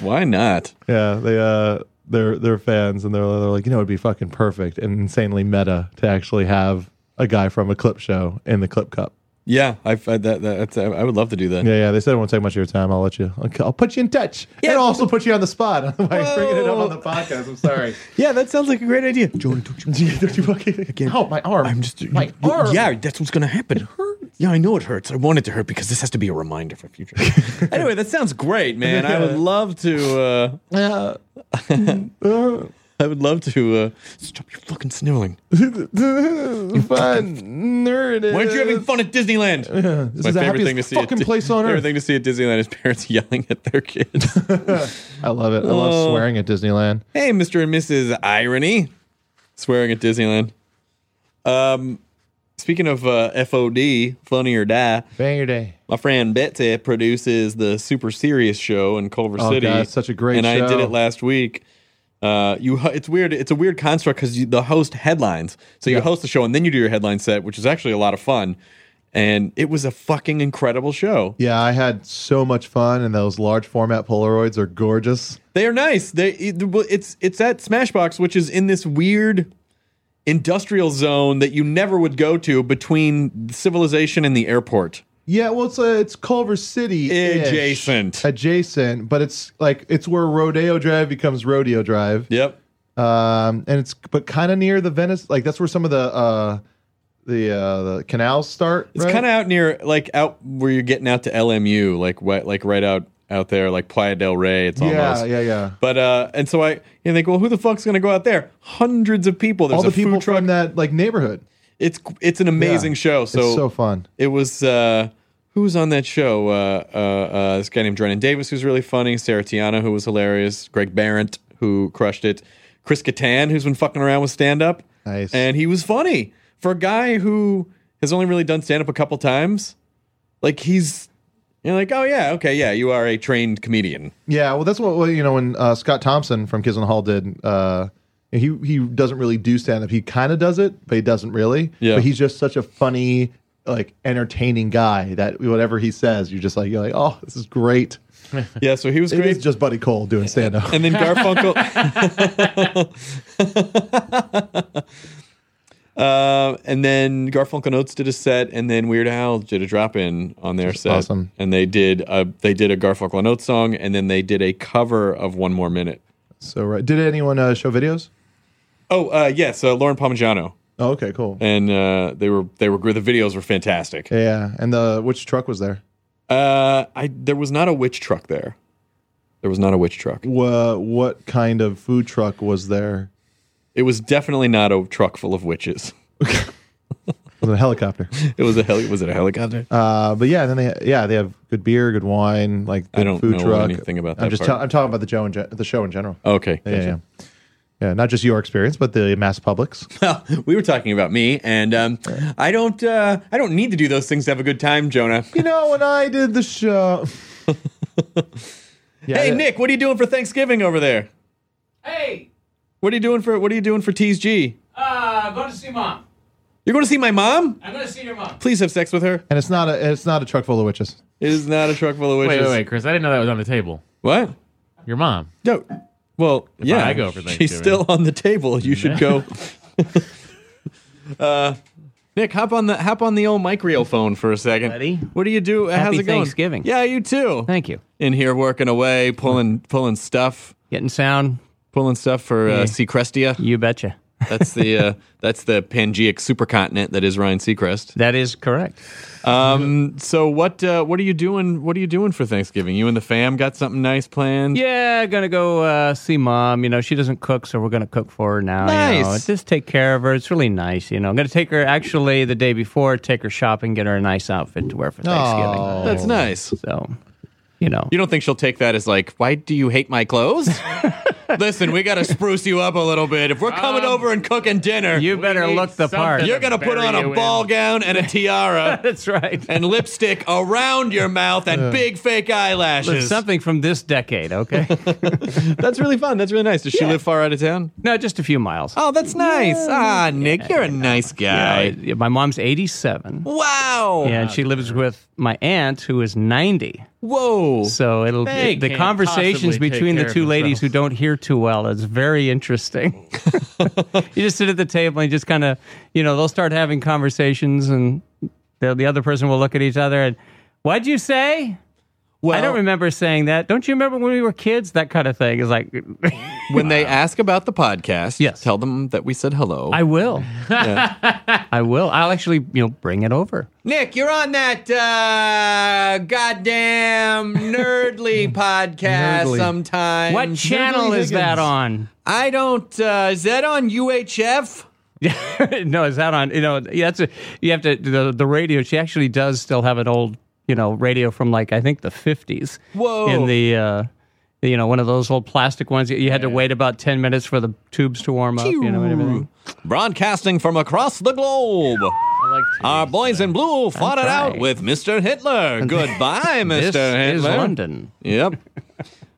S3: Why not?
S2: yeah. They uh, they're they're fans, and they're they're like, you know, it'd be fucking perfect and insanely meta to actually have a guy from a clip show in the Clip Cup.
S3: Yeah, I that, that that's, I would love to do that.
S2: Yeah, yeah. They said it won't take much of your time. I'll let you. I'll, I'll put you in touch. Yeah. And also put you on the spot. I'm bringing it up on the podcast. I'm sorry.
S3: Yeah, that sounds like a great idea. Jordan,
S2: don't you fucking Oh, my arm.
S4: I'm just
S2: my arm.
S4: Yeah, that's what's gonna happen. It hurts. Yeah, I know it hurts. I want it to hurt because this has to be a reminder for future.
S3: anyway, that sounds great, man. I would love to. Uh,
S2: Yeah. Uh,
S3: I would love to. Uh,
S4: Stop your fucking sniveling.
S2: fun nerd.
S3: why aren't you having fun at Disneyland?
S2: This
S3: My
S2: is the
S3: favorite
S2: happiest
S3: thing to see.
S2: fucking
S3: at, Di-
S2: place on
S3: favorite
S2: earth.
S3: thing to see at Disneyland is parents yelling at their kids.
S2: I love it. I love
S3: Oh.
S2: swearing at Disneyland.
S3: hey, Mr. and Mrs. Irony, swearing at Disneyland. Um, speaking of uh, FOD, funny or die.
S2: Bang your day.
S3: My friend Betsy produces the Super Serious show in Culver
S2: Oh,
S3: City.
S2: God, it's such a great
S3: and I did
S2: show.
S3: it last week. Uh, you, it's weird. It's a weird construct because the host headlines, so you host the show and then you do your headline set, which is actually a lot of fun. and it was a fucking incredible show.
S2: Yeah, I had so much fun, and those large format Polaroids are gorgeous.
S3: They are nice. They it- well, it's it's at Smashbox, which is in this weird industrial zone that you never would go to between civilization and the airport.
S2: Yeah, well, it's uh, it's Culver City
S3: Adjacent.
S2: adjacent, but it's like it's where Rodeo Drive becomes Rodeo Drive.
S3: Yep.
S2: um, and it's but kind of near the Venice. Like that's where some of the uh, the uh, the canals start.
S3: It's kind of out near, like out where you're getting out to LMU, like wet, like right out out there, like Playa del Rey. It's
S2: yeah,
S3: almost.
S2: yeah, yeah.
S3: But uh, and so I you think, well, who the fuck's gonna go out there? Hundreds of people. There's
S2: All the
S3: a food
S2: people
S3: truck.
S2: from that like neighborhood.
S3: It's it's an amazing
S2: Yeah.
S3: show. So,
S2: it's so fun.
S3: it was uh, who was on that show? Uh, uh, uh, this guy named Drennan Davis, who's really funny. Sarah Tiana, who was hilarious. Greg Barrett, who crushed it. Chris Kattan, who's been fucking around with stand up.
S2: Nice.
S3: And he was funny for a guy who has only really done stand up a couple times. Like he's you're like, oh yeah, okay, yeah, you are a trained comedian.
S2: Yeah, well, that's what well, you know when uh, Scott Thompson from Kids on the Hall did. Uh, he he doesn't really do stand up. He kind of does it, but he doesn't really.
S3: Yeah.
S2: But he's just such a funny, like entertaining guy that whatever he says, you're just like you're like, oh, this is great.
S3: Yeah, so he was
S2: It is
S3: great.
S2: just Buddy Cole doing stand up.
S3: And then Garfunkel. uh, and then Garfunkel Notes did a set, and then Weird Al did a drop in on their set.
S2: awesome.
S3: And they did a they did a Garfunkel Notes song, and then they did a cover of One More Minute.
S2: so right, did anyone uh, show videos?
S3: Oh uh, yes, uh, Lauren Pomajano,
S2: Oh, okay, cool.
S3: and uh, they were they were the videos were fantastic.
S2: Yeah, and the which truck was there?
S3: Uh, I there was not a witch truck there. There was not a witch truck.
S2: Wha what kind of food truck was there?
S3: It was definitely not a truck full of witches.
S2: Was it a helicopter?
S3: It was a heli- was it a helicopter?
S2: Uh, but yeah, then they yeah they have good beer, good wine, like good
S3: I don't
S2: food
S3: know
S2: truck.
S3: anything about
S2: I'm
S3: that
S2: just
S3: part. Oh,
S2: i I'm talking about the Joe and gen- the show in general.
S3: Okay.
S2: yeah, yeah, yeah, yeah. Not just your experience, but the mass publics.
S3: we were talking about me, and um, I don't. Uh, I don't need to do those things to have a good time, Jonah.
S2: you know, when I did the show. yeah,
S3: hey,
S2: yeah.
S3: Nick, what are you doing for Thanksgiving over there?
S5: Hey,
S3: What are you doing for What are you doing for T's G?
S5: uh, I'm going to see mom.
S3: You're going to see my mom?
S5: I'm going to see your mom.
S3: Please have sex with her.
S2: And it's not a it's not a truck full of witches.
S3: It is not a truck full of
S5: Wait,
S3: wishes.
S5: wait, wait, Chris. I didn't know that was on the table.
S3: What?
S5: Your mom.
S3: No. Well, yeah.
S5: I go for
S3: She's
S5: Thanksgiving.
S3: still on the table. You should go. uh, Nick, hop on the hop on the old microphone for a second.
S6: Ready?
S3: What do you do? How's
S6: Happy
S3: it going?
S6: Thanksgiving.
S3: Yeah, you too.
S6: Thank you.
S3: In here working away, pulling pulling stuff.
S6: Getting sound,
S3: pulling stuff for uh,
S6: Yeah.
S3: Seacrestia.
S6: you betcha.
S3: That's the uh, that's the Pangeic supercontinent that is Ryan Seacrest.
S6: That is correct.
S3: Um, so what uh, what are you doing? What are you doing for Thanksgiving? You and the fam got something nice planned?
S6: Yeah, gonna go uh, see mom. You know, she doesn't cook, so we're gonna cook for her now. You know.
S3: Nice.
S6: Just take care of her. It's really nice. You know, I'm gonna take her actually the day before, take her shopping, get her a nice outfit to wear for Thanksgiving.
S2: Aw.
S3: That's nice.
S6: So, you know,
S3: You don't think she'll take that as like, why do you hate my clothes? Listen, we got to spruce you up a little bit. If we're coming over and cooking dinner,
S6: Um, you
S3: you,
S6: better
S5: need
S6: look the
S5: something
S6: part.
S3: are going to put
S5: bury
S3: on
S5: you
S3: a
S5: in.
S3: ball gown and a tiara
S6: That's right.
S3: and lipstick around your mouth and big fake
S6: Look,
S3: eyelashes.
S6: something from this decade, okay?
S3: That's really fun. That's really nice. Does she live far out of town?
S6: no, just a few miles.
S3: Oh, that's nice. Ah, Nick, you're a nice guy.
S6: You know, yeah, Uh, my mom's 87.
S3: Wow.
S6: Yeah, and she lives with my aunt who is 90.
S3: Whoa.
S6: So it'll
S5: They
S6: it, the
S5: can't
S6: conversations
S5: possibly take
S6: between the
S5: care of
S6: two ladies
S5: themselves.
S6: who don't hear too well is very interesting. you just sit at the table and just kind of, you know, they'll start having conversations and the, the other person will look at each other and, what'd you say?
S3: Well,
S6: I don't remember saying that. Don't you remember when we were kids? That kind of thing is like,
S3: When they ask about the podcast,
S6: Yes.
S3: tell them that we said hello.
S6: I will. I will. I'll actually, you know, bring it over.
S3: Nick, you're on that uh, goddamn nerdly podcast
S2: Nerdly.
S3: sometime.
S6: What channel is that on?
S3: I don't. Uh, is that on UHF?
S6: no, is that on? You know, yeah, that's a, you have to the the radio. She actually does still have an old, you know, radio from like I think the fifties.
S3: Whoa.
S6: In the uh, you know one of those old plastic ones that you had to wait about ten minutes for the tubes to warm up. You know and everything.
S3: Broadcasting from across the globe.
S5: I like to.
S3: Our boys in blue fought it out
S6: right.
S3: with Mr. Hitler. Goodbye, Mr.
S6: This
S3: Hitler.
S6: is London.
S3: Yep.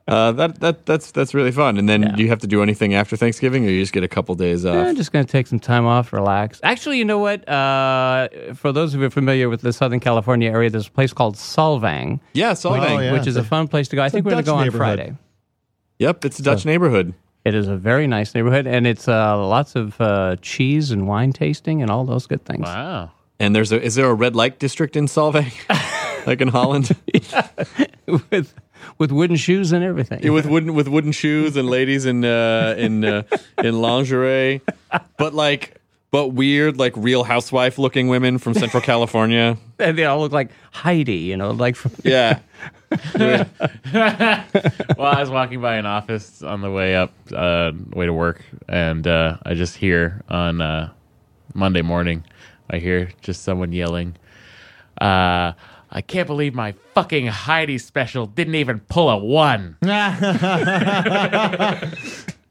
S3: Uh, that that that's that's really fun. And then
S6: Yeah.
S3: do you have to do anything after Thanksgiving, or you just get a couple days off?
S6: Yeah, I'm just going to take some time off, relax. Actually, you know what? Uh, for those of you familiar with the Southern California area, there's a place called Solvang,
S3: yeah, Solvang.
S2: Oh, yeah.
S6: which is a fun place to go. I think we're going
S2: Dutch
S6: to go on
S2: neighborhood.
S6: Friday.
S3: Yep, it's a Dutch neighborhood.
S6: It is a very nice neighborhood, and it's uh, lots of uh, cheese and wine tasting and all those good things.
S5: Wow.
S3: And there's a is there a red light district in Solvang, like in Holland,
S6: with with wooden shoes and everything.
S3: with wooden with wooden shoes and ladies in uh, in uh, in lingerie, but like but weird like Real Housewife looking women from Central California.
S6: and they all look like Heidi, you know, like from,
S3: Yeah,
S5: well, I was walking by an office on the way up, uh, way to work, and uh, I just hear on uh, Monday morning, I hear just someone yelling, uh, "I can't believe my fucking Heidi special didn't even pull a one."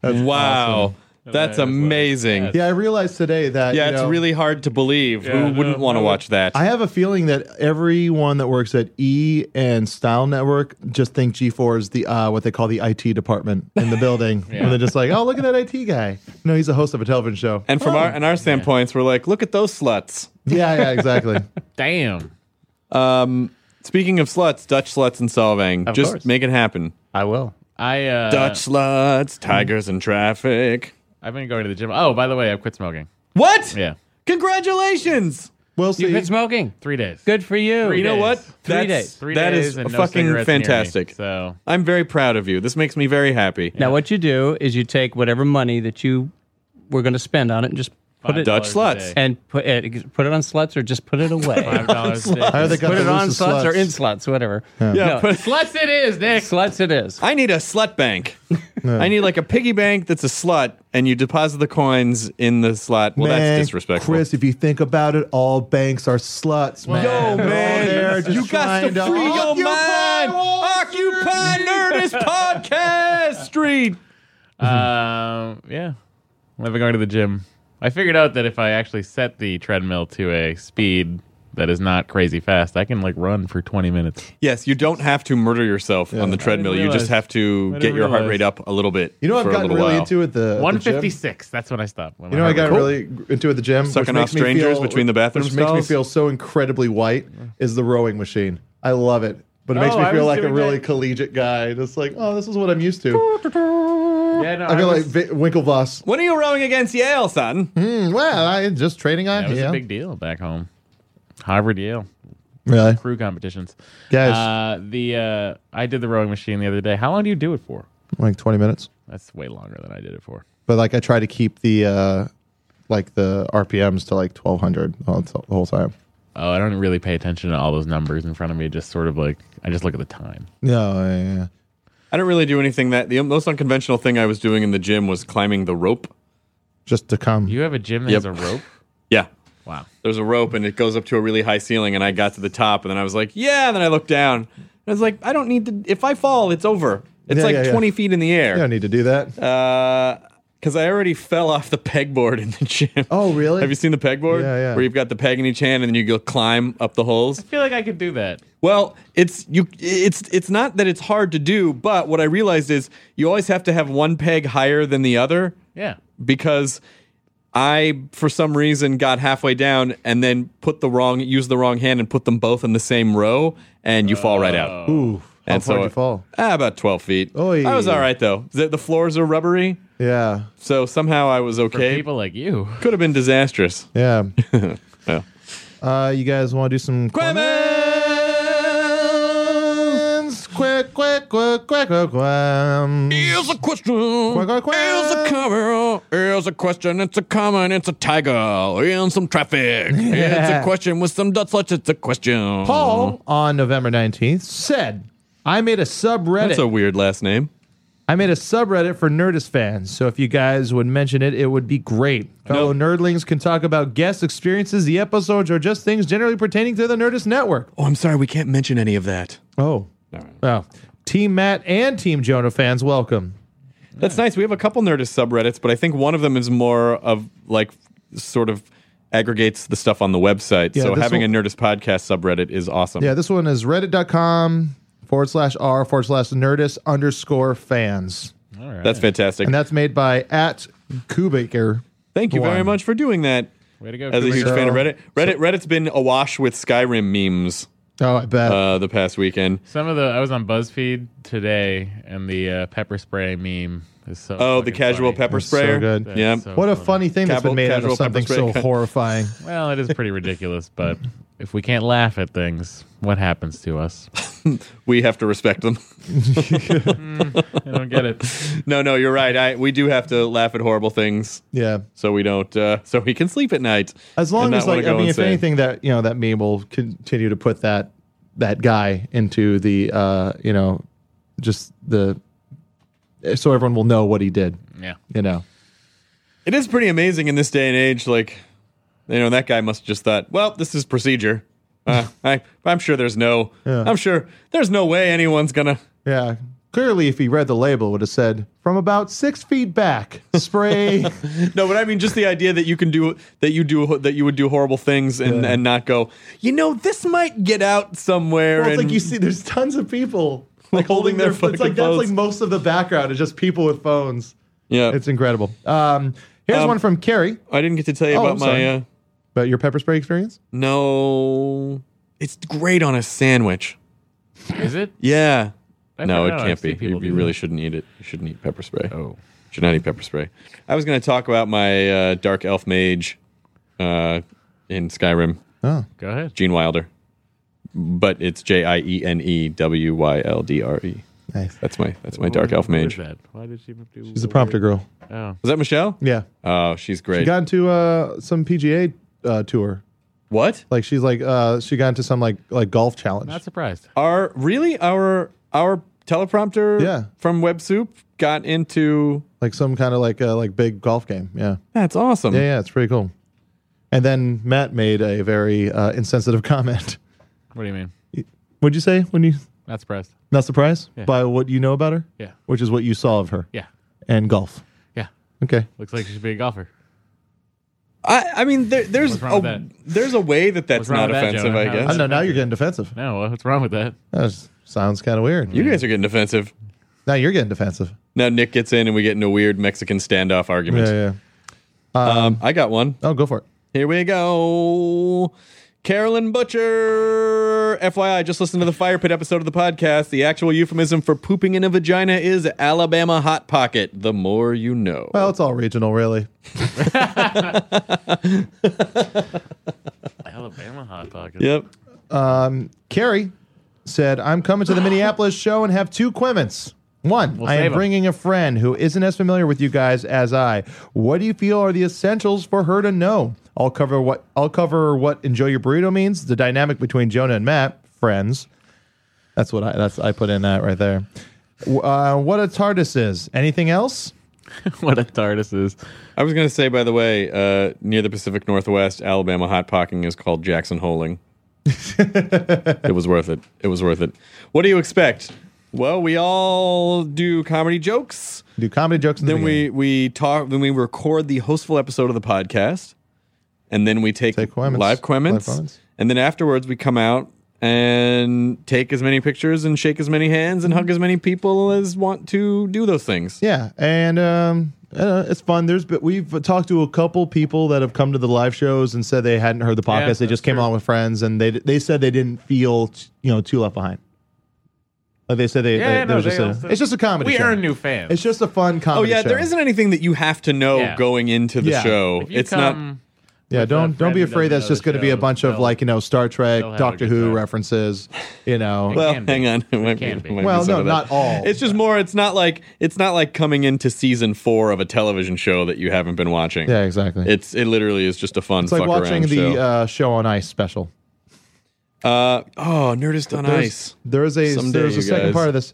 S3: wow, that's amazing. Yeah,
S2: Yeah, I realized today that you
S3: it's
S2: know,
S3: really hard to believe. Who wouldn't want to watch that?
S2: I have a feeling that everyone that works at E and Style Network just think G4 is the uh, what they call the IT department in the building, and they're just like, "Oh, look at that IT guy." No, he's a host of a television show.
S3: and from our and
S5: Oh.
S3: our standpoints, we're like, look at those sluts.
S2: yeah, yeah, exactly.
S5: Damn.
S3: Um, speaking of sluts, Dutch sluts and solving. Just
S6: course.
S3: make it happen.
S6: I will.
S5: I uh,
S3: Dutch sluts,
S5: Mm-hmm.
S3: tigers in traffic.
S5: I've been going to the gym. Oh, by the way, I quit smoking.
S3: What?
S5: Yeah,
S3: Congratulations.
S2: We'll
S6: You
S2: see.
S6: quit smoking.
S5: three days.
S6: Good for you.
S5: Three
S3: You know
S5: days.
S3: what?
S6: Three
S3: That's,
S6: days.
S5: Three
S3: that
S5: days
S3: is
S5: and no
S3: fucking
S5: cigarettes near me,
S3: fantastic.
S5: so
S3: I'm very proud of you. This makes me very happy.
S6: Now, what you do is you take whatever money that you were going to spend on it and just put it
S3: Dutch
S5: $5 a
S3: sluts.
S5: day.
S6: and put it put it on sluts or just put it away.
S5: five dollars a day.
S2: I heard they got
S6: put
S2: the
S6: it on
S2: loosest
S6: sluts, or in sluts, whatever.
S3: Yeah,
S6: No,
S3: but
S5: Sluts it is, Nick.
S6: sluts it is.
S3: I need a slut bank. I need like a piggy bank that's a slut, and you deposit the coins in the slot. Well,
S2: Man,
S3: that's disrespectful.
S2: Chris, if you think about it, all banks are sluts, man.
S5: Yo,
S2: They're all
S3: man,
S2: there just
S3: you got to
S2: trying
S3: free your
S2: occupy
S3: mind.
S2: Wall Street.
S3: Occupy Nerdist Podcast Street.
S5: Um, yeah, I've been going to the gym. I figured out that if I actually set the treadmill to a speed that is not crazy fast, I can like run for 20 minutes.
S3: Yes, you don't have to murder yourself on the treadmill. You
S5: realize.
S3: just have to
S5: I
S3: get
S5: didn't
S3: your heart
S5: realize.
S3: rate up a little bit.
S2: You know, I've
S3: for a
S2: gotten
S3: little
S2: really
S3: while.
S2: into it. The the gym.
S5: 156. That's when I stopped.
S2: You know, I got really into at the gym.
S3: Sucking
S2: which
S3: off
S2: makes me
S3: strangers
S2: feel-
S3: between the bathroom
S2: Which makes me
S3: stalls?
S2: feel so incredibly white is the rowing machine. I love it, but it makes
S5: Oh,
S2: me
S5: I
S2: feel
S5: was
S2: like a
S5: doing
S2: really
S5: that.
S2: collegiate guy. Just like, oh, this is what I'm used to.
S5: Yeah, no,
S2: I feel
S5: was,
S2: like Vi- Winklevoss.
S3: When are you rowing against Yale, son?
S2: Mm, well, I just training on
S5: that was
S2: yeah.
S5: a big deal back home. Harvard Yale
S2: Really,
S5: crew competitions.
S2: guys,
S5: Uh, the uh, I did the rowing machine the other day. How long do you do it for?
S2: like 20 minutes.
S5: That's way longer than I did it for.
S2: But like, I try to keep the uh like the RPMs to like 1200 all- the whole time.
S5: Oh, I don't really pay attention to all those numbers in front of me. Just sort of like I just look at the time.
S2: No, yeah, yeah.
S3: I don't really do anything that the most unconventional thing I was doing in the gym was climbing the rope.
S2: just to come.
S5: You have a gym that
S3: Yep.
S5: has a rope.
S3: Yeah.
S5: Wow.
S3: There's a rope and it goes up to a really high ceiling and I got to the top and then I was like, yeah, and then I looked down. I was like, I don't need to if I fall, it's over. It's
S2: Yeah,
S3: like
S2: yeah, yeah.
S3: 20 feet in the
S2: you don't
S3: air.
S2: need to do that.
S3: Because I already fell off the pegboard in the gym.
S2: oh, really?
S3: Have you seen the pegboard?
S2: Yeah, yeah.
S3: Where you've got the peg in each hand and then you go climb up the holes.
S5: I feel like I could do that.
S3: Well, it's you. It's it's not that it's hard to do, but what I realized is you always have to have one peg higher than the other
S5: Yeah.
S3: because I, for some reason, got halfway down and then put the wrong, used the wrong hand and put them both in the same row, and you fall right
S5: Oh.
S3: out.
S2: Ooh, how
S3: And
S2: far
S3: so-
S2: did you fall?
S3: Ah, about twelve feet.
S2: Oy.
S3: I was all right though. The, the floors are rubbery,
S2: Yeah,
S3: so somehow I was
S5: For
S3: okay.
S5: people like you.
S3: Could have been disastrous.
S2: yeah.
S3: Yeah.
S2: Uh, you guys want to do some Quemens? Quick, quick, quick, quick, quick, quems.
S4: Here's a question.
S2: Quack, quack, quack.
S4: Here's a comment. Here's a question. It's a comment. It's a tiger in some traffic. It's a question with some dot sluts. It's a question.
S2: Paul on November 19th said, I made a subreddit.
S3: That's a weird last name.
S2: I made a subreddit for Nerdist fans, so if you guys would mention it, it would be great. Fellow nerdlings can talk about guest experiences, the episodes, or just things generally pertaining to the Nerdist network.
S3: Oh, I'm sorry, we can't mention any of that.
S2: Oh. Wow. Team Matt and Team Jonah fans, welcome.
S3: That's nice. We have a couple Nerdist subreddits, but I think one of them is more of like sort of aggregates the stuff on the website.
S2: Yeah,
S3: so
S2: this
S3: having
S2: one-
S3: a Nerdist podcast subreddit is awesome.
S2: Yeah, this one is reddit.com forward slash r forward slash nerdist underscore fans.
S5: All right.
S3: That's fantastic.
S2: And that's made by at Kubaker.
S3: Thank you very
S2: one.
S3: much for doing that.
S5: Way to go,
S3: As a
S5: Kubrick.
S3: huge fan of Reddit, Reddit Reddit's been awash with Skyrim memes
S2: Oh, I bet.
S3: uh, the past weekend.
S5: Some of the I was on BuzzFeed today, and the uh, pepper spray meme is so.
S3: Oh, the
S5: fucking
S3: casual
S5: funny.
S3: pepper
S2: That's so
S3: sprayer.
S2: good.
S5: That's
S3: Yeah.
S5: so
S2: what a
S5: funny.
S2: funny thing that's
S3: Capital-
S2: been made out
S3: casual
S2: of something
S3: pepper
S2: so
S3: spray.
S2: horrifying.
S5: Well, it is pretty ridiculous, but if we can't laugh at things, what happens to us?
S3: We have to respect them.
S5: I don't get it.
S3: no, no, you're right. I we do have to laugh at horrible things
S2: Yeah.
S3: so we don't uh, so we can sleep at night.
S2: As long
S3: and
S2: as
S3: not wanna
S2: like I
S3: go
S2: mean, if
S3: insane.
S2: anything that you know that meme will continue to put that that guy into the uh you know just the so everyone will know what he did.
S5: Yeah.
S2: You know.
S3: It is pretty amazing in this day and age. Like, you know, that guy must have just thought, well, this is procedure. Uh, I, I'm sure there's no,
S2: Yeah.
S3: I'm sure there's no way anyone's gonna.
S2: Yeah. Clearly, if he read the label, it would have said from about six feet back, spray.
S3: No, but I mean, just the idea that you can do that, you do that, you would do horrible things and and not go. You know, this might get out somewhere.
S2: well, it's like
S3: and-
S2: you see, there's tons of people like
S3: Holding
S2: holding
S3: their
S2: their. phones. it's like
S3: fucking
S2: that's like
S3: phones.
S2: most of the background is just people with phones.
S3: yeah.
S2: It's incredible. Um, here's
S3: Um,
S2: one from Carrie
S3: I didn't get to tell you
S2: Oh,
S3: about
S2: I'm
S3: my.
S2: sorry.
S3: Uh,
S2: about your pepper spray experience.
S3: no, it's great on a sandwich.
S5: Is it?
S3: Yeah.
S5: I
S3: no, it
S5: forgot.
S3: can't
S5: I've
S3: be.
S5: seen
S3: You,
S5: people
S3: you
S5: do
S3: really
S5: that.
S3: shouldn't eat it. You shouldn't eat pepper spray.
S5: Oh,
S3: Should not eat pepper spray. I was going to talk about my uh, dark elf mage uh, in Skyrim,
S5: go ahead.
S3: Gene Wilder, but it's J I E N E W Y L D R E.
S2: Nice.
S3: That's my that's my dark elf
S5: Who is
S3: mage. Was
S5: that? Why did she do?
S2: She's a prompter girl.
S5: Oh,
S3: that Michelle?
S2: Yeah.
S3: Oh, she's great.
S2: She got into uh, some PGA uh, tour.
S3: what?
S2: Like she's like uh, she got into some like like golf challenge.
S5: not surprised.
S3: Our really our our teleprompter
S2: Yeah.
S3: from Web Soup got into.
S2: like some kind of like uh, like big golf game. Yeah.
S3: That's awesome.
S2: Yeah, yeah, it's pretty cool. And then Matt made a very uh, insensitive comment.
S5: What do you mean?
S2: What'd you say when you
S5: Not surprised.
S2: not surprised by what you know about her?
S5: Yeah.
S2: Which is what you saw of her.
S5: Yeah.
S2: And golf.
S5: Yeah.
S2: Okay.
S5: Looks like she should be a golfer.
S3: I, I mean, there, there's
S5: What's wrong
S3: a,
S5: with
S3: there's a way that that's
S5: What's wrong
S3: not
S5: with that,
S3: offensive.
S5: Jonah?
S3: I
S5: How-
S3: guess
S2: I know now you're getting defensive.
S5: No, what's wrong with that?
S2: That is- sounds kind of weird.
S3: you guys are getting defensive.
S2: now you're getting defensive.
S3: Now Nick gets in and we get into a weird Mexican standoff
S2: Yeah,
S3: argument.
S2: yeah.
S3: Um, I got one.
S2: Oh, go for it.
S3: Here we go. Carolyn Butcher. FYI, just listened to the Fire Pit episode of the podcast. The actual euphemism for pooping in a vagina is Alabama Hot Pocket. The more you know.
S2: Well, it's all regional, really.
S5: Alabama hot pocket.
S3: yep.
S2: Carrie said, I'm coming to the Minneapolis show and have two quimments. One, I
S5: save
S2: am
S5: 'em.
S2: bringing a friend who isn't as familiar with you guys as I. What do you feel are the essentials for her to know? I'll cover what I'll cover what enjoy your burrito means, the dynamic between Jonah and Matt, friends. That's what I that's I put in that right there. W- Uh, what a TARDIS is. Anything else?
S5: what a TARDIS is.
S3: I was going to say, by the way, uh, near the Pacific Northwest, Alabama hot pocking is called Jackson Holing. it was worth it. It was worth it. What do you expect? Well, we all do comedy jokes.
S2: Do comedy jokes. In the
S3: then we
S2: beginning.
S3: we talk then we record the hostful episode of the podcast and then we take,
S2: Take comments.
S3: live comments
S2: Live comments.
S3: and then afterwards we come out and take as many pictures and shake as many hands and hug as many people as want to do those things
S2: yeah, and um, I don't know, it's fun. There's but we've talked to a couple people that have come to the live shows and said they hadn't heard the podcast. they
S5: that's
S2: just came
S5: true.
S2: along with friends, and they they said they didn't feel t- you know too left behind. Like they said they,
S5: Yeah,
S2: they-
S5: yeah,
S2: there
S5: no,
S2: was just
S5: they
S2: a-
S5: also-
S2: it's just a comedy.
S5: We
S2: show.
S5: earn new fans.
S2: It's just a fun
S3: oh
S2: comedy.
S3: yeah there
S2: show.
S3: isn't anything that you have to know
S5: Yeah.
S3: going into the
S2: Yeah.
S3: show
S5: If you
S3: it's not
S5: come-
S2: Yeah,
S5: with a
S2: don't don't
S5: friend
S2: be
S5: who
S2: afraid.
S5: doesn't
S2: That's
S5: know
S2: just
S5: the
S2: going to be a
S5: show,
S2: bunch of
S5: they'll-
S2: like you know Star Trek,
S5: they'll have a
S2: Doctor
S5: good
S2: Who
S5: time.
S2: references. You know,
S3: well,
S5: can be.
S3: hang on. It might
S5: can
S3: be-
S5: be.
S3: might be
S2: Well,
S3: some
S2: no,
S3: of that.
S2: not all.
S3: It's just more. It's not like it's not like coming into season four of a television show that you haven't been watching.
S2: yeah, exactly. It's,
S3: It's it literally is just a fun.
S2: like
S3: fuck
S2: watching
S3: around
S2: the
S3: show.
S2: Uh, show on ice special.
S3: Uh, oh, Nerdist on
S2: There's-
S3: Ice.
S2: There is a
S3: Someday,
S2: there's
S3: you
S2: a second
S3: guys.
S2: part of this.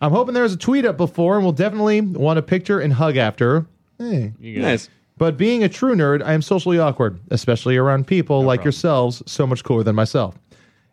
S2: I'm hoping there's a tweet up before, and we'll definitely want a picture and hug after. Hey.
S5: You guys-
S3: Nice.
S2: But being a true nerd, I am socially awkward, especially around people like yourselves, so much cooler than myself.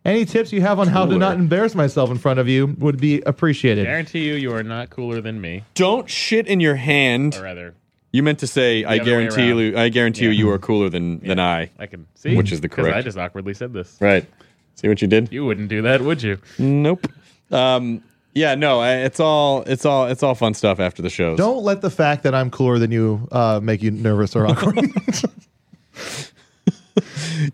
S2: Any tips you have on how to not embarrass myself in front of you would be appreciated.
S5: Guarantee you, you are not cooler than me.
S3: Don't shit in your hand.
S5: Or rather,
S3: You meant to say, I
S5: other way
S3: guarantee
S5: around.
S3: you, I guarantee you, you are cooler than than I.
S5: I can see.
S3: Which is the
S5: 'Cause I
S3: correct-
S5: just awkwardly said this.
S3: Right. See what you did? Mm.
S5: You wouldn't do that, would you?
S3: Nope. Um, yeah, no, I- it's all it's all it's all fun stuff after the shows.
S2: Don't let the fact that I'm cooler than you uh, make you nervous or awkward.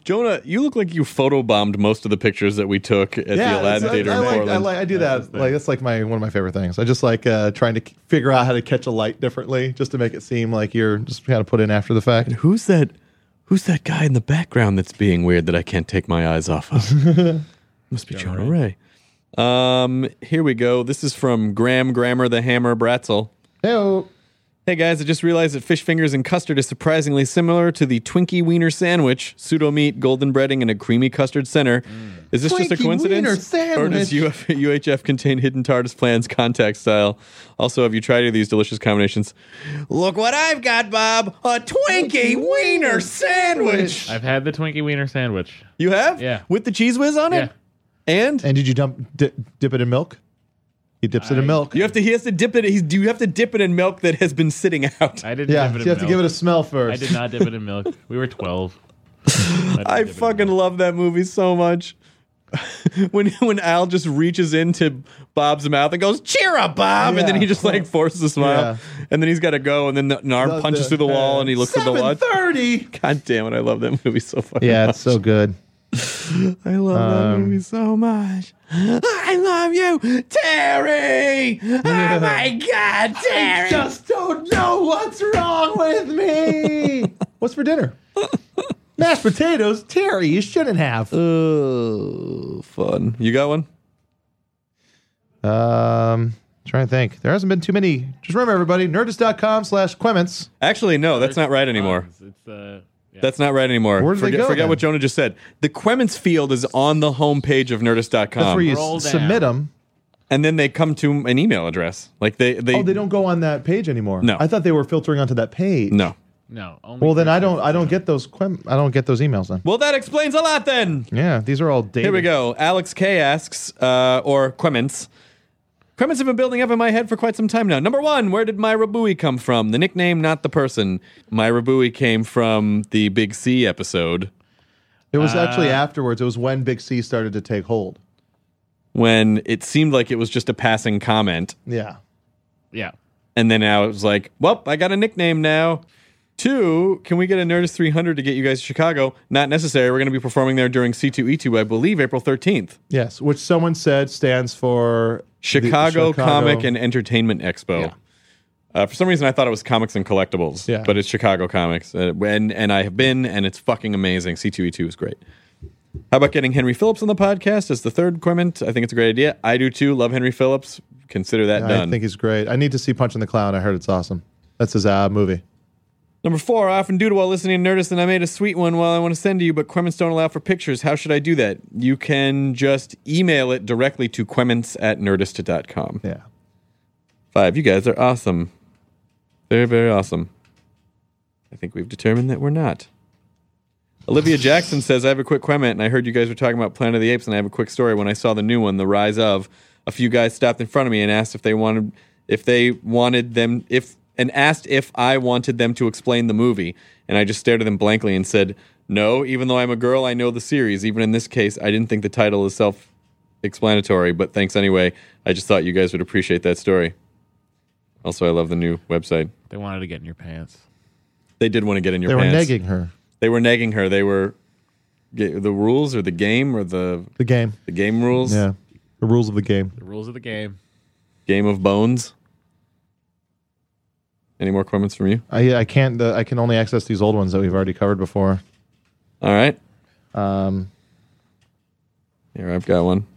S3: Jonah, you look like you photobombed most of the pictures that we took at the
S2: that's-
S3: Aladdin
S2: I-
S3: Theater
S2: I,
S3: in
S2: like,
S3: Portland.
S2: I, like, I do that. Like that's like my one of my favorite things. I just like uh, trying to c- figure out how to catch a light differently, just to make it seem like you're just kind of put in after the fact.
S3: who's that? Who's that guy in the background that's being weird that I can't take my eyes off of? Must be Jonah Ray. Um, here we go. This is from Graham Grammar the Hammer Bratzel.
S2: Hey,
S3: Hey guys, I just realized that fish fingers and custard is surprisingly similar to the Twinkie wiener sandwich, pseudo meat, golden breading, and a creamy custard center. Is this just a
S2: Twinkie wiener
S3: coincidence?
S2: sandwich.
S3: Or does UF, UHF contain hidden TARDIS plans, contact style? Also, have you tried any of these delicious combinations? Look what I've got, Bob! A Twinkie wiener sandwich.
S5: I've had the Twinkie Wiener sandwich.
S3: You have?
S5: Yeah.
S3: With the cheese whiz on it.
S5: Yeah.
S3: And
S2: and did you dump dip, dip it in milk? He dips it in milk.
S3: you have to. He has to dip it. He's. You have to dip it in milk that has been sitting out.
S5: I didn't
S2: yeah, so
S5: dip it in
S2: you have to
S5: milk.
S2: give it a smell first.
S5: I did not dip it in milk. We were 12. didn't
S3: I
S5: dip it in
S3: fucking
S5: milk.
S3: love that movie so much. when when Al just reaches into Bob's mouth and goes, "Cheer up, Bob!" and then
S2: Yeah.
S3: he just like forces a smile, and then he's got to go, and then the, an arm
S2: The-
S3: punches
S2: the-
S3: through the wall,
S2: uh,
S3: and he looks at the watch. Thirty. God damn it! I love that movie so fucking.
S2: Yeah,
S3: much.
S2: it's so good.
S3: I love that
S2: Um,
S3: movie so much. I love you, Terry. Oh my God, Terry.
S2: just don't know what's wrong with me. what's for dinner? Mashed potatoes, Terry. You shouldn't have.
S3: Oh, fun. You got one?
S2: Um, trying to think. There hasn't been too many. Just remember, everybody, nerdist.com slash Quements.
S3: Actually, no, that's not right anymore.
S5: It's, it's, uh, yeah.
S3: That's not right anymore.
S2: Where did they
S3: forget
S2: go,
S3: forget
S2: then?
S3: what Jonah just said. The Quemens field is on the homepage of nerdist.com.
S2: That's where you
S5: roll
S2: s-
S5: down.
S2: submit them.
S3: and then they come to an email address. Like they they,
S2: Oh, they don't go on that page anymore.
S3: No.
S2: I thought they were filtering onto that page.
S3: No.
S5: no. Only
S2: Well, then
S5: for
S2: I don't.
S5: kids.
S2: I don't get those. Quem- I don't get those emails then.
S3: Well, that explains a lot then.
S2: Yeah, these are all dated.
S3: Here we go. Alex K asks uh, or Quemens. Quemens have been building up in my head for quite some time now. Number one, where did Myra Bowie come from? The nickname, not the person. Myra Bowie came from the Big C episode
S2: It was actually
S5: Uh,
S2: afterwards. It was when Big C started to take hold.
S3: when it seemed like it was just a passing comment.
S2: Yeah.
S5: Yeah.
S3: And then now it was like, well, I got a nickname now. Two, can we get a Nerdist 300 to get you guys to Chicago? Not necessary. We're going to be performing there during C2E2, I believe, April 13th.
S2: Yes, which someone said stands for the
S3: Chicago,
S2: Chicago-
S3: Comic and Entertainment Expo.
S2: Yeah.
S3: Uh, for some reason, I thought it was comics and collectibles,
S2: Yeah.
S3: but it's Chicago Comics. Uh, and, and I have been, and it's fucking amazing. C2E2 is great. How about getting Henry Phillips on the podcast as the third comment? I think it's a great idea. I do too. Love Henry Phillips. Consider that
S2: I
S3: done.
S2: think he's great. I need to see Punch in the Clown. I heard it's awesome. That's his uh, movie.
S3: Number four, I often doodle while listening to Nerdist, and I made a sweet one while I want to send to you, but Quements don't allow for pictures. How should I do that? You can just email it directly to Quements at Nerdist.com.
S2: Yeah.
S3: Five, you guys are awesome. Very, very awesome. I think we've determined that we're not. Olivia Jackson says, I have a quick comment, and I heard you guys were talking about Planet of the Apes, and I have a quick story. When I saw the new one, The Rise of, a few guys stopped in front of me and asked if they wanted if they wanted them if and asked if I wanted them to explain the movie. And I just stared at them blankly and said, No, even though I'm a girl, I know the series. Even in this case, I didn't think the title is self explanatory, but thanks anyway. I just thought you guys would appreciate that story. Also, I love the new website.
S5: They wanted to get in your pants.
S3: They did want to get in your
S2: they
S3: pants.
S2: were negging her.
S3: They were negging her. They were g- the rules or the game or the
S2: The game.
S3: the game rules.
S2: Yeah. The rules of the game.
S5: The rules of the game.
S3: Game of bones. Any more comments from you?
S2: I I can't. The, I can only access these old ones that we've already covered before.
S3: All right.
S2: Um,
S3: Here, I've got one.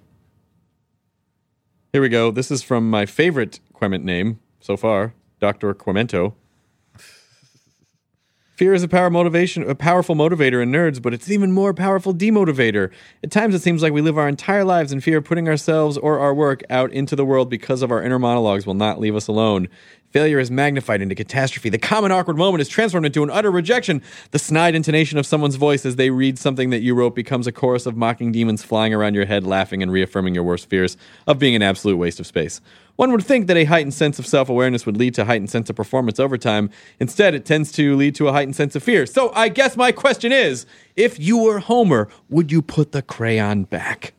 S3: Here we go. This is from my favorite Quement name so far, Dr. Quemento. Fear is a power motivation, a powerful motivator in nerds, but it's an even more powerful demotivator. At times, it seems like we live our entire lives in fear of putting ourselves or our work out into the world because of our inner monologues will not leave us alone. Failure is magnified into catastrophe. The common awkward moment is transformed into an utter rejection. The snide intonation of someone's voice as they read something that you wrote becomes a chorus of mocking demons flying around your head, laughing and reaffirming your worst fears of being an absolute waste of space. One would think that a heightened sense of self awareness would lead to heightened sense of performance over time. Instead, it tends to lead to a heightened sense of fear. So I guess my question is if you were Homer, would you put the crayon back?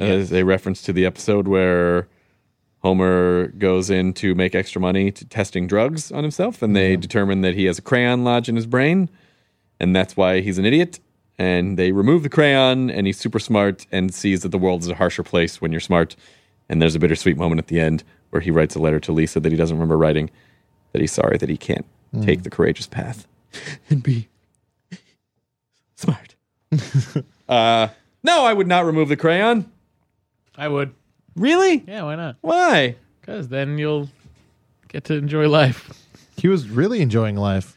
S3: as a reference to the episode where Homer goes in to make extra money to testing drugs on himself, and they determine that he has a crayon lodged in his brain, and that's why he's an idiot. And they remove the crayon, and he's super smart and sees that the world is a harsher place when you're smart. And there's a bittersweet moment at the end where he writes a letter to Lisa that he doesn't remember writing, that he's sorry that he can't take the courageous path and be smart. uh, no, I would not remove the crayon.
S5: I would.
S3: Really?
S5: Yeah, why not?
S3: Why?
S5: Because then you'll get to enjoy life.
S2: He was really enjoying life.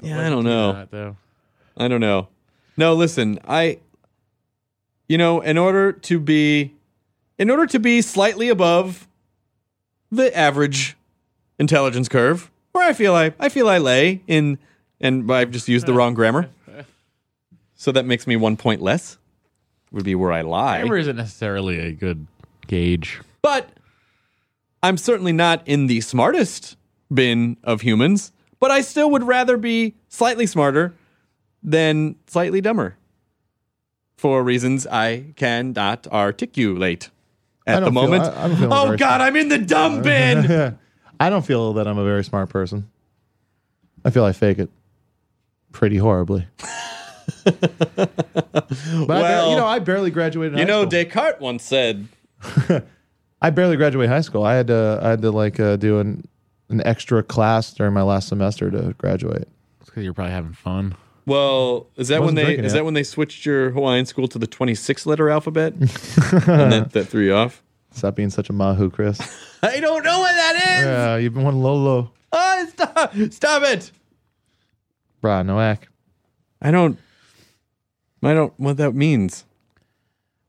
S3: Yeah, I don't know.
S5: Not, though.
S3: I don't know. No, listen, I you know, in order to be in order to be slightly above the average intelligence curve, where I feel I I feel I lay in and I've just used the wrong grammar. So that makes me one point less. Would be where I lie.
S5: Amber isn't necessarily a good gauge.
S3: But I'm certainly not in the smartest bin of humans, but I still would rather be slightly smarter than slightly dumber for reasons I cannot articulate
S2: I
S3: at
S2: don't
S3: the
S2: feel-
S3: moment.
S2: I- I don't feel
S3: oh,
S2: very
S3: God,
S2: smart.
S3: I'm in the dumb bin.
S2: Yeah. I don't feel that I'm a very smart person. I feel I fake it pretty horribly. but I bar-
S3: Well,
S2: you know, I barely graduated.
S3: You
S2: high
S3: know,
S2: school.
S3: Descartes once said,
S2: I barely graduated high school. I had to, I had to like uh, do an, an extra class during my last semester to graduate.
S5: It's because you're probably having fun.
S3: well, is that when
S2: Wasn't
S3: they
S2: drinking
S3: is
S2: it.
S3: that when they switched your Hawaiian school to the 26 letter alphabet? and that, that threw you off?
S2: Stop being such a mahu, Chris.
S3: I don't know what that is.
S2: yeah, you've been one Lolo.
S3: Oh, stop, stop it.
S2: Brah, no act.
S3: I don't. I don't what that means.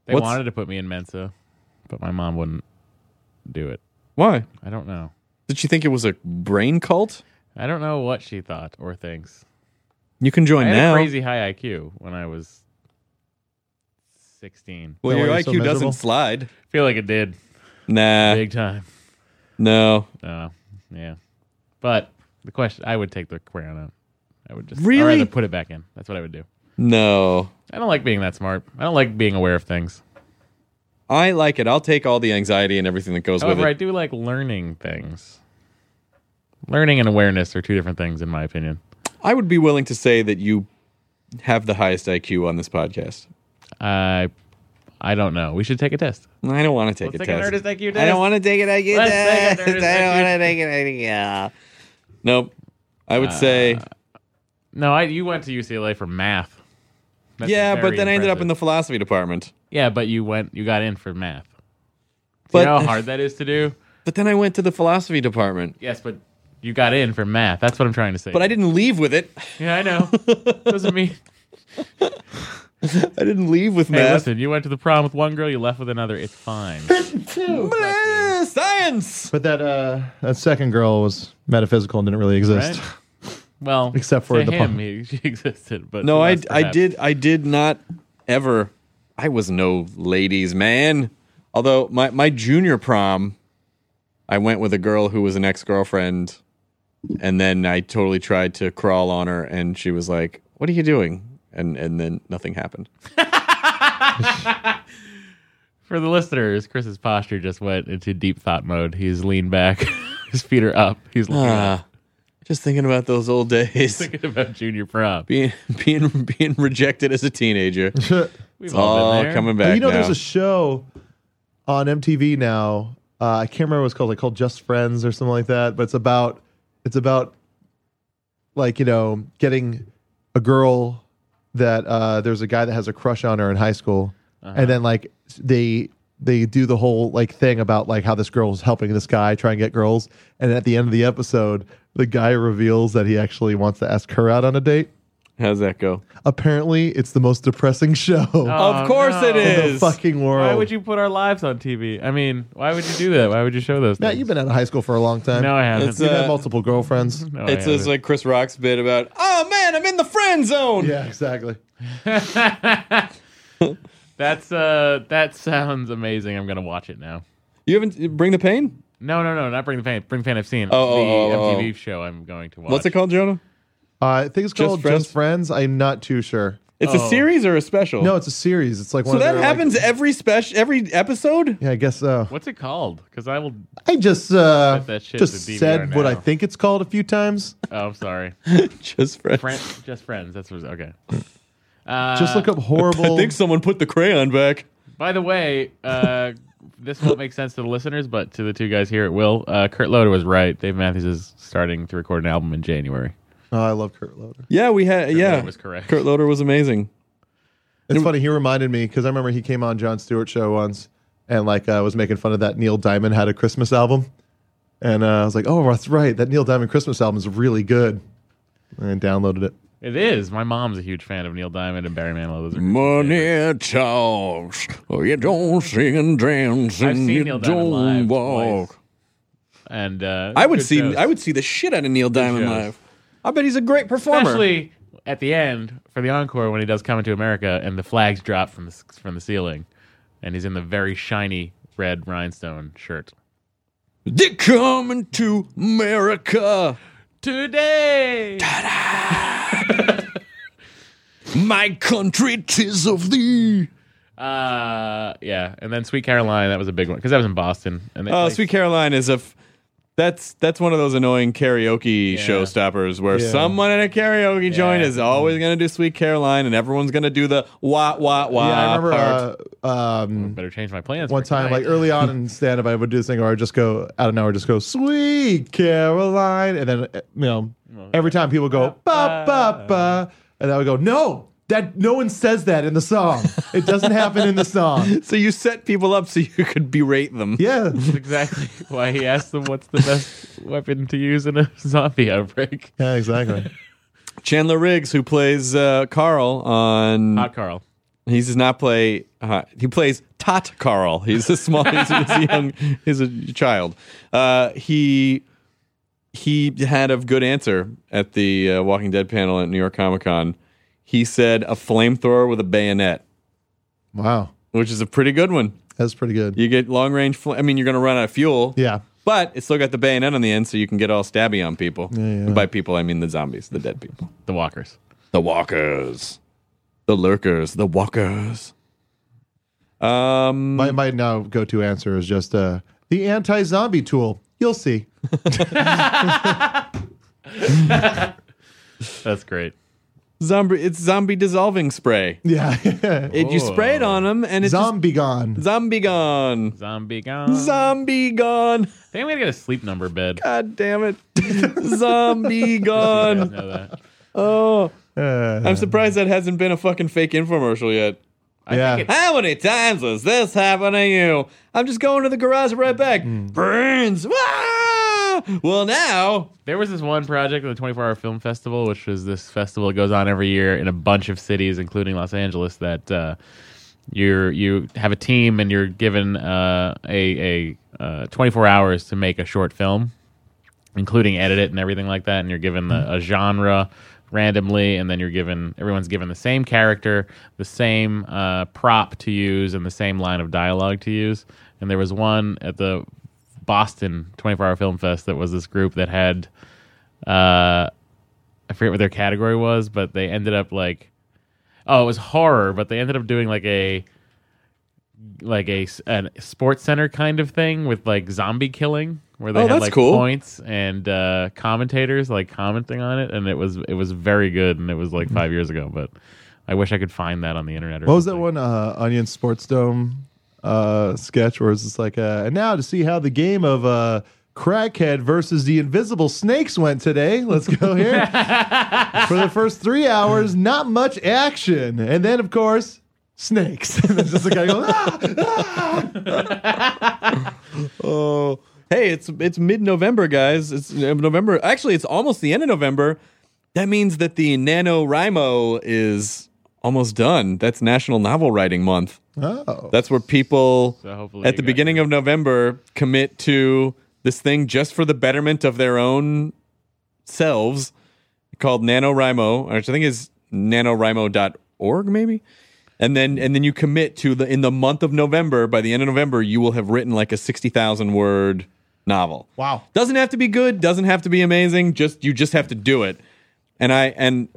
S5: They
S3: What's-
S5: wanted to put me in Mensa, but my mom wouldn't do it.
S3: Why?
S5: I don't know.
S3: Did she think it was a brain cult?
S5: I don't know what she thought or thinks.
S3: You can join
S5: I had
S3: now.
S5: a crazy high IQ when I was 16.
S3: well,
S2: Is that
S3: your
S2: why
S3: IQ
S2: you're so miserable?
S3: doesn't slide.
S5: I feel like it did
S3: Nah,
S5: big time.
S3: no.
S5: Uh, yeah. But the question, I would take the crayon out. I would just
S3: Really?
S5: I'd rather put it back in. That's what I would do.
S3: No.
S5: I don't like being that smart. I don't like being aware of things.
S3: I like it. I'll take all the anxiety and everything that goes with
S5: However,
S3: it.
S5: I do like learning things. Learning and awareness are two different things, in my opinion.
S3: I would be willing to say that you have the highest IQ on this podcast.
S5: I, Uh, I don't know. We should take a test.
S3: I don't want to take
S5: Let's
S3: a
S5: take an
S3: test.
S5: artist IQ
S3: I
S5: test.
S3: don't want to take it. IQ
S5: Let's
S3: test.
S5: take an artist
S3: I don't
S5: IQ.
S3: want to take it. IQ. Nope. I would say
S5: Uh, No, I, you went to UCLA for math. That's
S3: yeah, but
S5: very
S3: then I ended up
S5: impressive.
S3: in the philosophy department.
S5: yeah, but you went you got in for math. Do
S3: But-
S5: you know how hard that is to do?
S3: But then I went to the philosophy department.
S5: Yes, but you got in for math. That's what I'm trying to say.
S3: But I didn't leave with it.
S5: yeah, I know. Doesn't mean
S3: I didn't leave with
S5: hey,
S3: math.
S5: listen. You went to the prom with one girl, you left with another. It's fine.
S3: Bleh, Science.
S2: But that uh, that second girl was metaphysical and didn't really
S5: Right?
S2: exist.
S5: Well,
S2: Except for
S5: to
S2: the
S5: him,
S2: prom.
S5: he, she existed. But
S3: No,
S5: to
S3: I
S5: us,
S3: I
S5: perhaps.
S3: did I did not ever. I was no ladies man. Although my my junior prom, I went with a girl who was an ex girlfriend, and then I totally tried to crawl on her, and she was like, "What are you doing?" And and then nothing happened.
S5: For the listeners, Chris's posture just went into deep thought mode. He's leaned back, his feet are up. He's looking up,
S3: Ah, just thinking about those old days.
S5: thinking about junior prom.
S3: Being, being being rejected as a teenager.
S5: We've
S3: It's all coming back.
S2: you know,
S3: now.
S2: there's a show on MTV now. Uh, I can't remember what it's called. Like called Just Friends or something like that. But it's about it's about like you know getting a girl that uh, there's a guy that has a crush on her in high school,
S3: Uh-huh.
S2: and then like they they do the whole like thing about like how this girl is helping this guy try and get girls, and at the end of the episode, the guy reveals that he actually wants to ask her out on a date.
S3: How's that go?
S2: Apparently, it's the most depressing show.
S5: Oh,
S3: of course
S5: no.
S3: it
S5: In
S2: in the
S3: is.
S2: fucking world.
S5: Why would you put our lives on TV? I mean, why would you do that? Why would you show those?
S2: Matt,
S5: things?
S2: you've been out of high school for a long time.
S5: No, I haven't.
S3: It's,
S2: You've
S3: Uh,
S2: had multiple girlfriends.
S5: No, I
S3: It's
S5: haven't.
S3: just like Chris Rock's bit about, oh man, I'm in the friend zone.
S2: Yeah, exactly.
S5: That's uh that sounds amazing. I'm gonna watch it now.
S3: You haven't you Bring the Pain?
S5: No, no, no, not Bring the Pain. Bring the Pain I've seen.
S3: Oh,
S5: the
S3: oh, oh,
S5: MTV show I'm going to watch.
S3: What's it called, Jonah?
S2: Uh, I think it's
S3: Just
S2: called
S3: Friends?
S2: Just Friends. I'm not too sure.
S3: It's a series or a special?
S2: No, it's a series. It's like
S3: So
S2: one
S3: that
S2: of their, like-
S3: happens every special, every episode.
S2: yeah, I guess so.
S5: What's it called? Because I will.
S2: I just uh,
S5: Bet that shit
S2: just
S5: is a DVR
S2: said what
S5: now.
S2: I think it's called a few times.
S5: Oh, I'm sorry.
S3: Just friends.
S5: Friend, just friends. That's what, okay. Uh,
S2: Just look up
S3: I
S2: horrible.
S3: think someone put the crayon back.
S5: By the way, uh, this won't make sense to the listeners, but to the two guys here, it will. Uh, Kurt Loder was right. Dave Matthews is starting to record an album in January.
S2: Oh, I love Kurt Loder.
S3: Yeah, we had. yeah,
S5: Loder was correct.
S3: Kurt Loder was amazing.
S2: It's funny. He reminded me because I remember he came on John Stewart show once and like uh, was making fun of that Neil Diamond had a Christmas album, and uh, I was like, oh, that's right. That Neil Diamond Christmas album is really good, and I downloaded it.
S5: It is. My mom's a huge fan of Neil Diamond and Barry Manilow. Those are
S7: Money talks. You don't sing and dance
S5: I've
S7: and
S5: seen
S7: you
S5: Neil
S7: don't
S5: Diamond live
S7: walk.
S5: twice. and uh,
S3: I would
S5: good
S3: see.
S5: shows.
S3: I would see the shit out of Neil Diamond
S5: shows.
S3: live. I bet he's a great performer.
S5: especially at the end for the encore when he does come into America and the flags drop from the from the ceiling, and he's in the very shiny red rhinestone shirt.
S7: They're coming to America.
S5: Today,
S7: My country tis of thee.
S5: uh, yeah, and then Sweet Caroline that was a big one because that was in Boston. And they
S3: Oh,
S5: played-
S3: Sweet Caroline is a. F- that's that's one of those annoying karaoke showstoppers where someone in a karaoke joint is always gonna do Sweet Caroline and everyone's gonna do the wah wah wah.
S2: yeah, I remember
S3: part.
S2: uh, um,
S5: better change my plans.
S2: one
S5: for
S2: time,
S5: tonight.
S2: like early on in stand up, I would do this thing where I would just go out of nowhere, just go, Sweet Caroline. And then, uh, you know, every time people go, ba, ba, ba. And I would go, No, that no one says that in the song. It doesn't happen in the song.
S3: so you set people up so you could berate them.
S2: Yeah.
S5: That's exactly why he asked them what's the best weapon to use in a zombie outbreak.
S2: Yeah, exactly.
S3: Chandler Riggs, who plays uh, Carl on,
S5: Hot Carl.
S3: he does not play. Uh, he plays Tot Carl. He's a small. he's, a- he's a young. He's a child. Uh, he he had a good answer at the uh, Walking Dead panel at New York Comic Con. He said a flamethrower with a bayonet,
S2: Wow.
S3: which is a pretty good one.
S2: That's pretty good.
S3: You get long range. Fl- I mean, you're going to run out of fuel.
S2: Yeah.
S3: But it's still got the bayonet on the end, so you can get all stabby on people.
S2: yeah.
S3: And by people, I mean the zombies, the dead people.
S5: The Walkers.
S3: The walkers. The lurkers. The walkers. Um
S2: My, my now go to answer is just uh, the anti zombie tool. You'll see.
S5: That's great.
S3: zombie it's zombie dissolving spray.
S2: Yeah.
S3: It, you spray it on them and it's just
S2: zombie gone.
S3: zombie gone.
S5: Zombie gone.
S3: Zombie gone.
S5: I think I'm gonna get a sleep number bed.
S3: God damn it. zombie
S5: You guys
S3: gone.
S5: know that.
S3: Oh.
S2: Uh,
S3: I'm surprised that hasn't been a fucking fake infomercial yet.
S2: yeah.
S3: How many times has this happened to you? I'm just going to the garage right back. Burns. Ah! Well now
S5: There was this one project at the 24 Hour Film Festival, which was this festival that goes on every year in a bunch of cities, including Los Angeles. That uh, you you have a team and you're given uh, a a uh, 24 hours to make a short film, including edit it and everything like that. And you're given
S3: Mm-hmm.
S5: a, a genre randomly, and then you're given everyone's given the same character, the same uh, prop to use, and the same line of dialogue to use. And there was one at the Boston 24 Hour Film Fest that was this group that had, uh, I forget what their category was, but they ended up like, oh, it was horror, but they ended up doing like a like a s- an sports center kind of thing with like zombie killing where they
S3: Oh,
S5: had
S3: that's
S5: like
S3: cool.
S5: points and uh commentators like commenting on it and it was it was very good and it was like 5 years ago but I wish I could find that on the internet or
S2: What was that
S5: something.
S2: one uh, Onion Sports Dome uh, sketch where it's just like, uh, and now to see how the game of uh, Crackhead versus the Invisible Snakes went today. Let's go here. For the first three hours, not much action. And then, of course, snakes. and it's just a guy going, ah!
S3: Oh, hey, it's it's mid-November, guys. It's uh, November. Actually, it's almost the end of November. That means that the NaNoWriMo is almost done. That's National Novel Writing Month.
S2: Oh.
S3: That's where people
S5: So hopefully
S3: at
S5: you
S3: the
S5: got
S3: beginning of November commit to this thing just for the betterment of their own selves called NaNoWriMo, which I think is nanorimo.org maybe. And then and then you commit to the in the month of November, by the end of November, you will have written like a 60,000 word novel.
S2: Wow.
S3: Doesn't have to be good, doesn't have to be amazing, just you just have to do it. And I and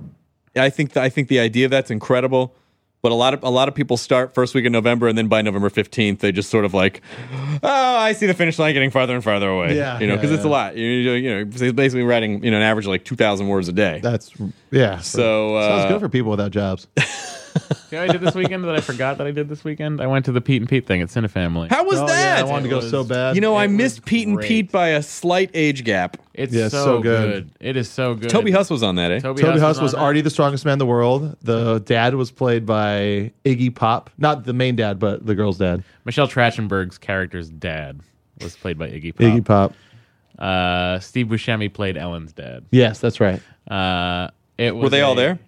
S3: I think I think the idea of that's incredible. But a lot of a lot of people start first week of November, and then by November fifteenth, they just sort of like, oh, I see the finish line getting farther and farther away.
S2: Yeah,
S3: you know,
S2: yeah,
S3: because it's a
S2: yeah.
S3: lot. You, you, you know, it's basically writing you know an average of like two thousand words a day.
S2: That's yeah.
S3: so uh,
S2: sounds good for people without jobs.
S5: You know what I did this weekend that I forgot that I did this weekend? I went to the Pete and Pete thing at Cinefamily.
S3: how was
S2: Oh, yeah,
S3: that?
S2: I wanted to go
S5: It
S2: so
S5: was-
S2: bad.
S3: you know, I
S5: was
S3: missed Pete and
S5: great.
S3: Pete by a slight age gap.
S5: It's
S2: Yeah, it's
S5: so,
S2: so
S5: good.
S2: good.
S5: It is so good.
S3: Toby Huss was on that, eh?
S2: Toby Huss
S5: on
S2: was
S5: that.
S2: already the strongest man in the world. The dad was played by Iggy Pop, not the main dad, but the girl's dad,
S5: Michelle Trachtenberg's character's dad was played by Iggy Pop.
S2: Iggy Pop.
S5: Uh, Steve Buscemi played Ellen's dad.
S2: Yes, that's right.
S5: Uh, it was
S3: Were they all
S5: a-
S3: there?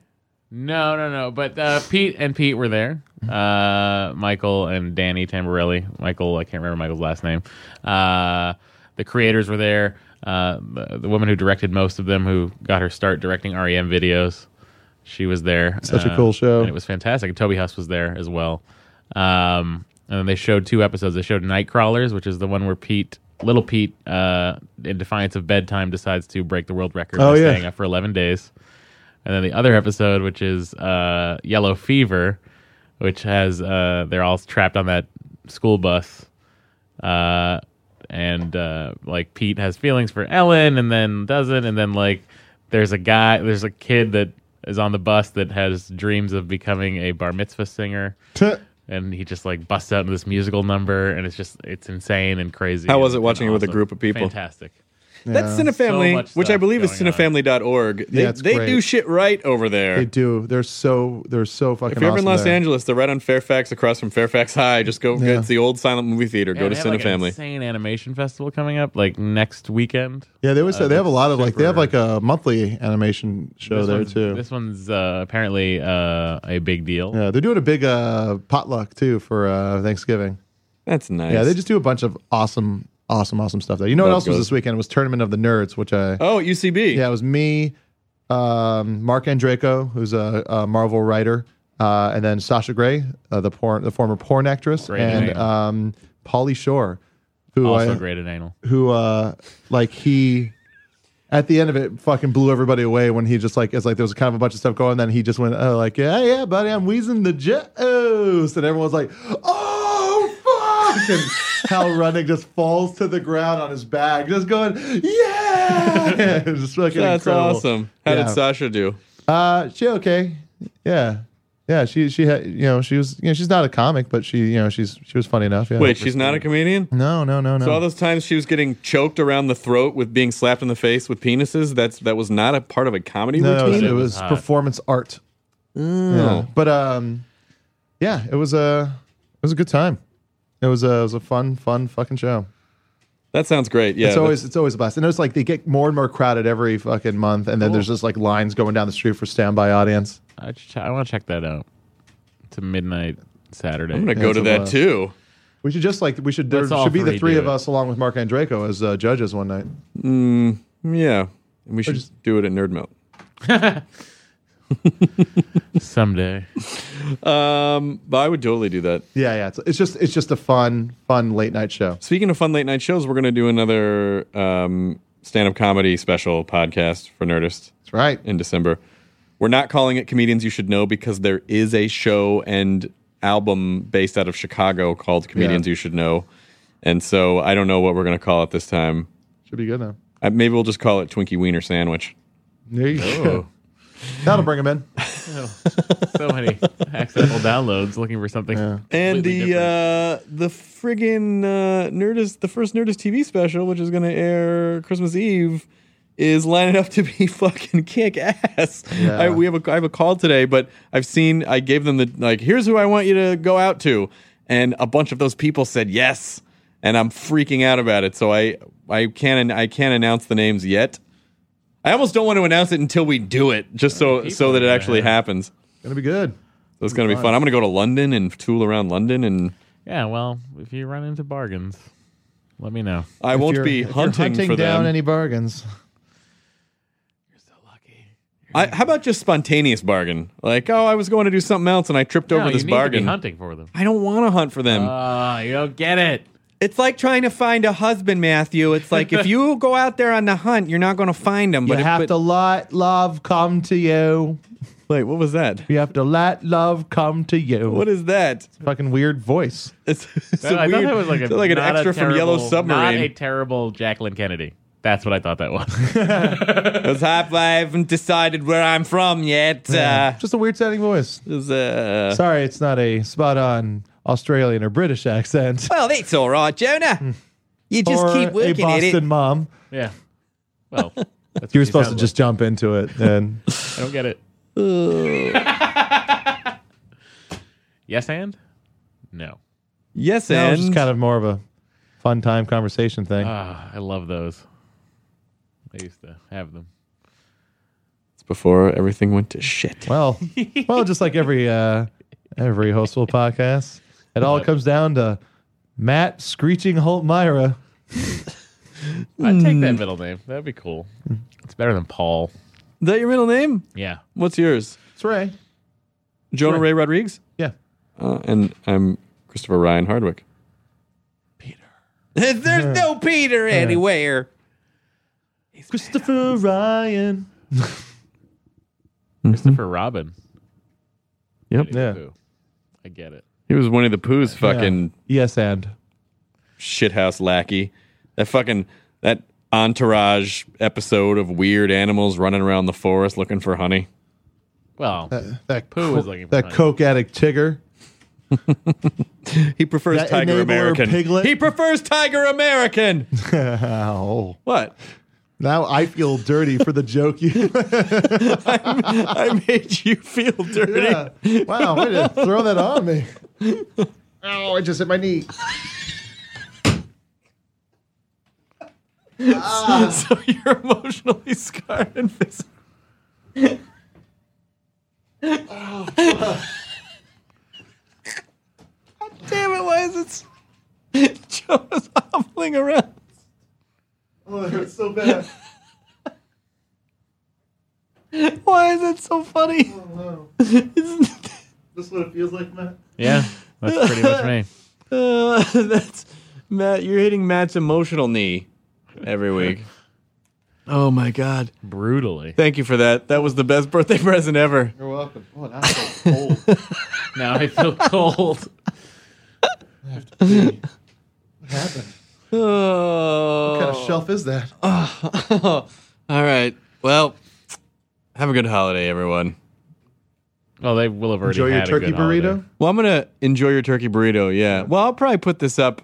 S5: No, no, no. But uh, Pete and Pete were there. Uh, Michael and Danny Tamborelli. Michael, I can't remember Michael's last name. Uh, the creators were there. Uh, the, the woman who directed most of them, who got her start directing REM videos, she was there.
S2: Such a
S5: Uh,
S2: cool show.
S5: And it was fantastic. And Toby Huss was there as well. Um, and then they showed two episodes. They showed Nightcrawlers, which is the one where Pete, little Pete, uh, in defiance of bedtime, decides to break the world record
S2: Oh,
S5: by
S2: yeah.
S5: staying up for 11 days. And then the other episode, which is uh, Yellow Fever, which has uh, they're all trapped on that school bus, uh, and uh, like Pete has feelings for Ellen, and then doesn't, and then like there's a guy, there's a kid that is on the bus that has dreams of becoming a bar mitzvah singer. And he just like busts out into this musical number, and it's just it's insane and crazy.
S3: How was
S5: and-
S3: it watching
S5: and
S3: it with a
S5: awesome.
S3: group of people?
S5: Fantastic.
S3: That's
S5: So
S3: Cinefamily,
S5: much
S3: which I
S5: stuff
S3: believe is
S5: going on.
S3: cinefamily.org. They,
S2: Yeah, it's
S3: they
S2: great.
S3: do shit right over
S2: They
S3: there.
S2: do. They're so they're so fucking.
S3: If you're ever in
S2: awesome
S3: Los
S2: there.
S3: Angeles, they're right on Fairfax across from Fairfax High. Just go,
S2: Yeah.
S3: it's the old silent movie theater.
S5: Yeah,
S3: go to
S5: they have, like, an
S3: Cinefamily.
S5: insane animation festival coming up like next weekend.
S2: yeah, they always say they have a lot of like they have
S5: super-
S2: like a monthly animation show
S5: This
S2: there
S5: one's-
S2: too.
S5: This one's uh, apparently uh, a big deal.
S2: yeah, they're doing a big uh, potluck too for uh, Thanksgiving.
S3: That's nice.
S2: Yeah, they just do a bunch of awesome, awesome, awesome stuff there. You know what
S3: Love
S2: else was
S3: goes.
S2: this weekend? It was Tournament of the Nerds, which I
S3: Oh, at UCB.
S2: Yeah, it was me, um, Mark Andreyko, who's a, a Marvel writer, uh, and then Sasha Grey, uh, the porn, the former porn actress,
S5: Great
S2: and
S5: name.
S2: um, Polly Shore, who
S5: Also
S2: I,
S5: great at anal.
S2: who uh, like he. At the end of it, fucking blew everybody away when he just like it's like there was kind of a bunch of stuff going. Then he just went, oh, like yeah, yeah, buddy, I'm wheezing the juice, and everyone's like, oh fuck, and Hal Running just falls to the ground on his back, just going, yeah, It was just fucking
S3: That's
S2: incredible.
S3: awesome. How
S2: Yeah.
S3: did Sasha do?
S2: Uh, she okay. Yeah, yeah. She she had you know she was you know she's not a comic, but she you know she's she was funny enough. Yeah.
S3: Wait, she's not a comedian?
S2: No, no, no, no.
S3: So all those times she was getting choked around the throat with being slapped in the face with penises, that's that was not a part of a comedy
S2: no, no, it was,
S3: routine?
S2: it was
S5: hot.
S2: performance art.
S3: Mm. Oh.
S2: Yeah. But um, yeah, it was a it was a good time. It was a it was a fun fun fucking show.
S3: That sounds great. Yeah.
S2: it's always it's always a blast. And it's like they get more and more crowded every fucking month, and then there's just like lines going down the street for standby audience.
S5: I, ch- I want to check that out. It's a midnight Saturday.
S3: I'm going to go
S2: it's
S3: to
S2: a
S3: that
S2: lot.
S3: too.
S2: We should just like we should there
S5: Let's all
S2: should be
S5: three
S2: the three
S5: do
S2: of
S5: it.
S2: us along with Mark Andreyko as uh, judges one night.
S3: Yeah. And we should do it at Nerd Melt.
S5: Someday.
S3: Um, but I would totally do that.
S2: Yeah, yeah. It's, it's just it's just a fun, fun late night show.
S3: Speaking of fun late night shows, we're going to do another um, stand up comedy special podcast for Nerdist
S2: That's right.
S3: in December. We're not calling it Comedians You Should Know because there is a show and album based out of Chicago called Comedians
S2: Yeah.
S3: You Should Know. And so I don't know what we're going to call it this time.
S2: Should be good now.
S3: Uh, maybe we'll just call it Twinkie Wiener Sandwich.
S2: There you go. That'll bring him in.
S5: so many accidental downloads looking for something.
S3: And
S5: completely
S3: the uh, the friggin' uh, Nerdist, the first Nerdist TV special, which is going to air Christmas Eve, is lining up to be fucking kick ass.
S2: Yeah.
S3: I, we have a I have a call today, but I've seen I gave them the like here's who I want you to go out to, and a bunch of those people said yes, and I'm freaking out about it. So I I can't I can't announce the names yet. I almost don't want to announce it until we do it, just so so that it actually happens.
S2: Gonna be good.
S3: So it's gonna be fun. I'm gonna go to London and tool around London and.
S5: Yeah, well, if you run into bargains, let me know.
S3: I
S2: If
S3: won't
S2: you're-
S3: be
S2: if you're
S3: hunting, for
S2: down
S3: them.
S2: any bargains.
S3: I, how about just spontaneous bargain? Like, oh, I was going to do something else and I tripped
S5: No,
S3: over this
S5: you need To
S3: bargain.
S5: be hunting for them.
S3: I don't want to hunt for them.
S5: Ah, you don't get it.
S3: it's like trying to find a husband, Matthew. It's like if you go out there on the hunt, you're not going to find him.
S2: You have to let love come to you.
S3: Like, what was that?
S2: You have to let love come to you.
S3: What is that?
S2: fucking weird voice?
S3: It's, it's
S5: That-
S3: a
S5: I
S3: weird,
S5: thought that was like, a,
S3: it's like an
S5: not a
S3: extra from Yellow
S5: terrible- Not a
S3: Submarine.
S5: terrible Jacqueline Kennedy. That's what I thought that was.
S3: It's half. I haven't decided where I'm from yet. Uh,
S2: Just a weird sounding voice.
S3: it's, uh,
S2: Sorry, it's not a spot on Australian or British accent.
S3: well, that's all right,
S5: Hmm.
S3: Jonah. You just
S2: or
S3: keep
S2: a
S3: working at
S2: Boston
S3: it.
S2: mom.
S5: yeah. Well, that's
S2: You
S5: what
S2: were supposed to
S5: sound
S2: just jump into it, and
S5: like. I don't get it. yes and no.
S3: Yes,
S2: that
S3: and
S2: was just kind of more of a fun time conversation thing.
S5: Ah, I love those. I used to have them.
S3: before everything went to shit.
S2: Well, well, just like every uh, every hostful podcast, it all comes down to Matt screeching Holt Myra.
S5: I'd take that middle name. That'd be cool. It's better than Paul.
S3: Is that your middle name?
S5: Yeah.
S3: What's yours?
S2: It's Ray.
S3: Jonah Ray Rodriguez.
S2: Yeah.
S3: Uh, and I'm Christopher Ryan Hardwick. Peter. There's no Peter anywhere.
S2: Christopher Ryan.
S5: Christopher Robin.
S3: Yep.
S2: Yeah.
S5: Ooh, I get it.
S3: He was Winnie the Pooh's fucking
S2: Yes, and
S3: shithouse lackey. That fucking that entourage episode of weird animals running around the forest looking for honey.
S5: Well,
S2: that
S5: Pooh was looking for
S2: that
S5: honey.
S2: coke addict Tigger.
S3: He prefers
S2: That
S3: Tiger
S2: enabler
S3: American.
S2: piglet?
S3: He prefers Tiger American.
S2: Oh,
S3: what?
S2: now I feel dirty for the joke you.
S3: I made you feel dirty.
S2: Yeah. Wow, way to throw that on me. Oh, I just hit my knee.
S3: So you're emotionally scarred and physically. God damn it! Why is it? Jonah's hobbling around.
S2: Oh, that hurts so bad.
S3: Why is it so funny?
S2: This what it feels like, Matt.
S5: yeah, that's pretty much me.
S3: Uh, that's Matt. You're hitting Matt's emotional knee every week. oh my god!
S5: Brutally.
S3: Thank you for that. That was the best birthday present ever.
S2: You're welcome. Oh, now it's so cold.
S5: Now I feel cold.
S2: What happened?
S3: Oh.
S2: What kind of shelf is that?
S3: All right. Well, have a good holiday, everyone.
S5: Well, they will have already
S2: Enjoy your
S5: had a
S2: turkey
S5: good holiday.
S2: burrito.
S3: Well, I'm gonna enjoy your turkey burrito. Yeah. Well, I'll probably put this up.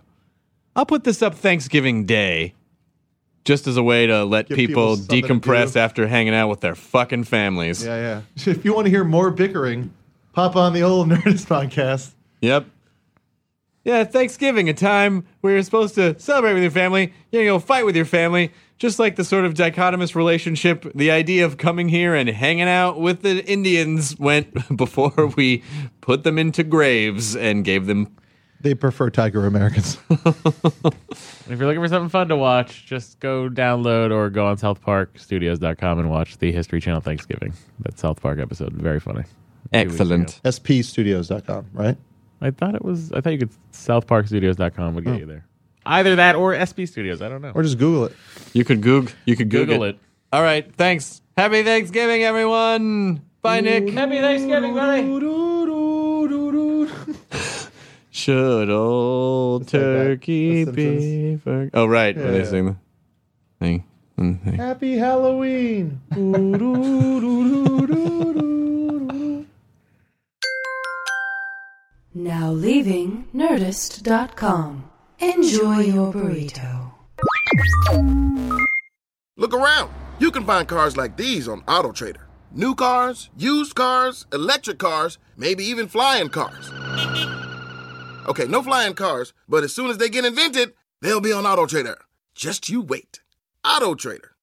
S3: I'll put this up Thanksgiving Day, just as a way to let
S2: Give
S3: people,
S2: people something to
S3: decompress
S2: do.
S3: after hanging out with their fucking families.
S2: Yeah, yeah. If you want to hear more bickering, pop on the old Nerdist podcast.
S3: Yep. Yeah, Thanksgiving, a time where you're supposed to celebrate with your family, you're gonna go fight with your family, just like the sort of dichotomous relationship, the idea of coming here and hanging out with the Indians went before we put them into graves and gave them.
S2: They prefer Tiger Americans.
S5: If you're looking for something fun to watch, just go download or go on southparkstudios.com and watch the History Channel Thanksgiving. That South Park episode. Very funny.
S3: Excellent.
S2: SPstudios.com, right?
S5: I thought it was, I thought you could, southparkstudios.com would get you there. Either that or SB Studios. I don't know.
S2: Oh. Or just Google it.
S3: You could Goog. You could Google,
S5: Google it.
S3: All right. Thanks. Happy Thanksgiving, everyone. Bye, Nick.
S5: Happy Thanksgiving, buddy.
S3: Should old
S2: like that.
S3: turkey
S2: The
S3: be? For- oh, right. When they
S2: Yeah.
S3: sing the thing. Mm, thing.
S2: Happy Halloween.
S1: Now leaving Nerdist.com. Enjoy your burrito.
S8: Look around. You can find cars like these on AutoTrader. New cars, used cars, electric cars, maybe even flying cars. Okay, no flying cars, but as soon as they get invented, they'll be on AutoTrader. Just you wait. AutoTrader.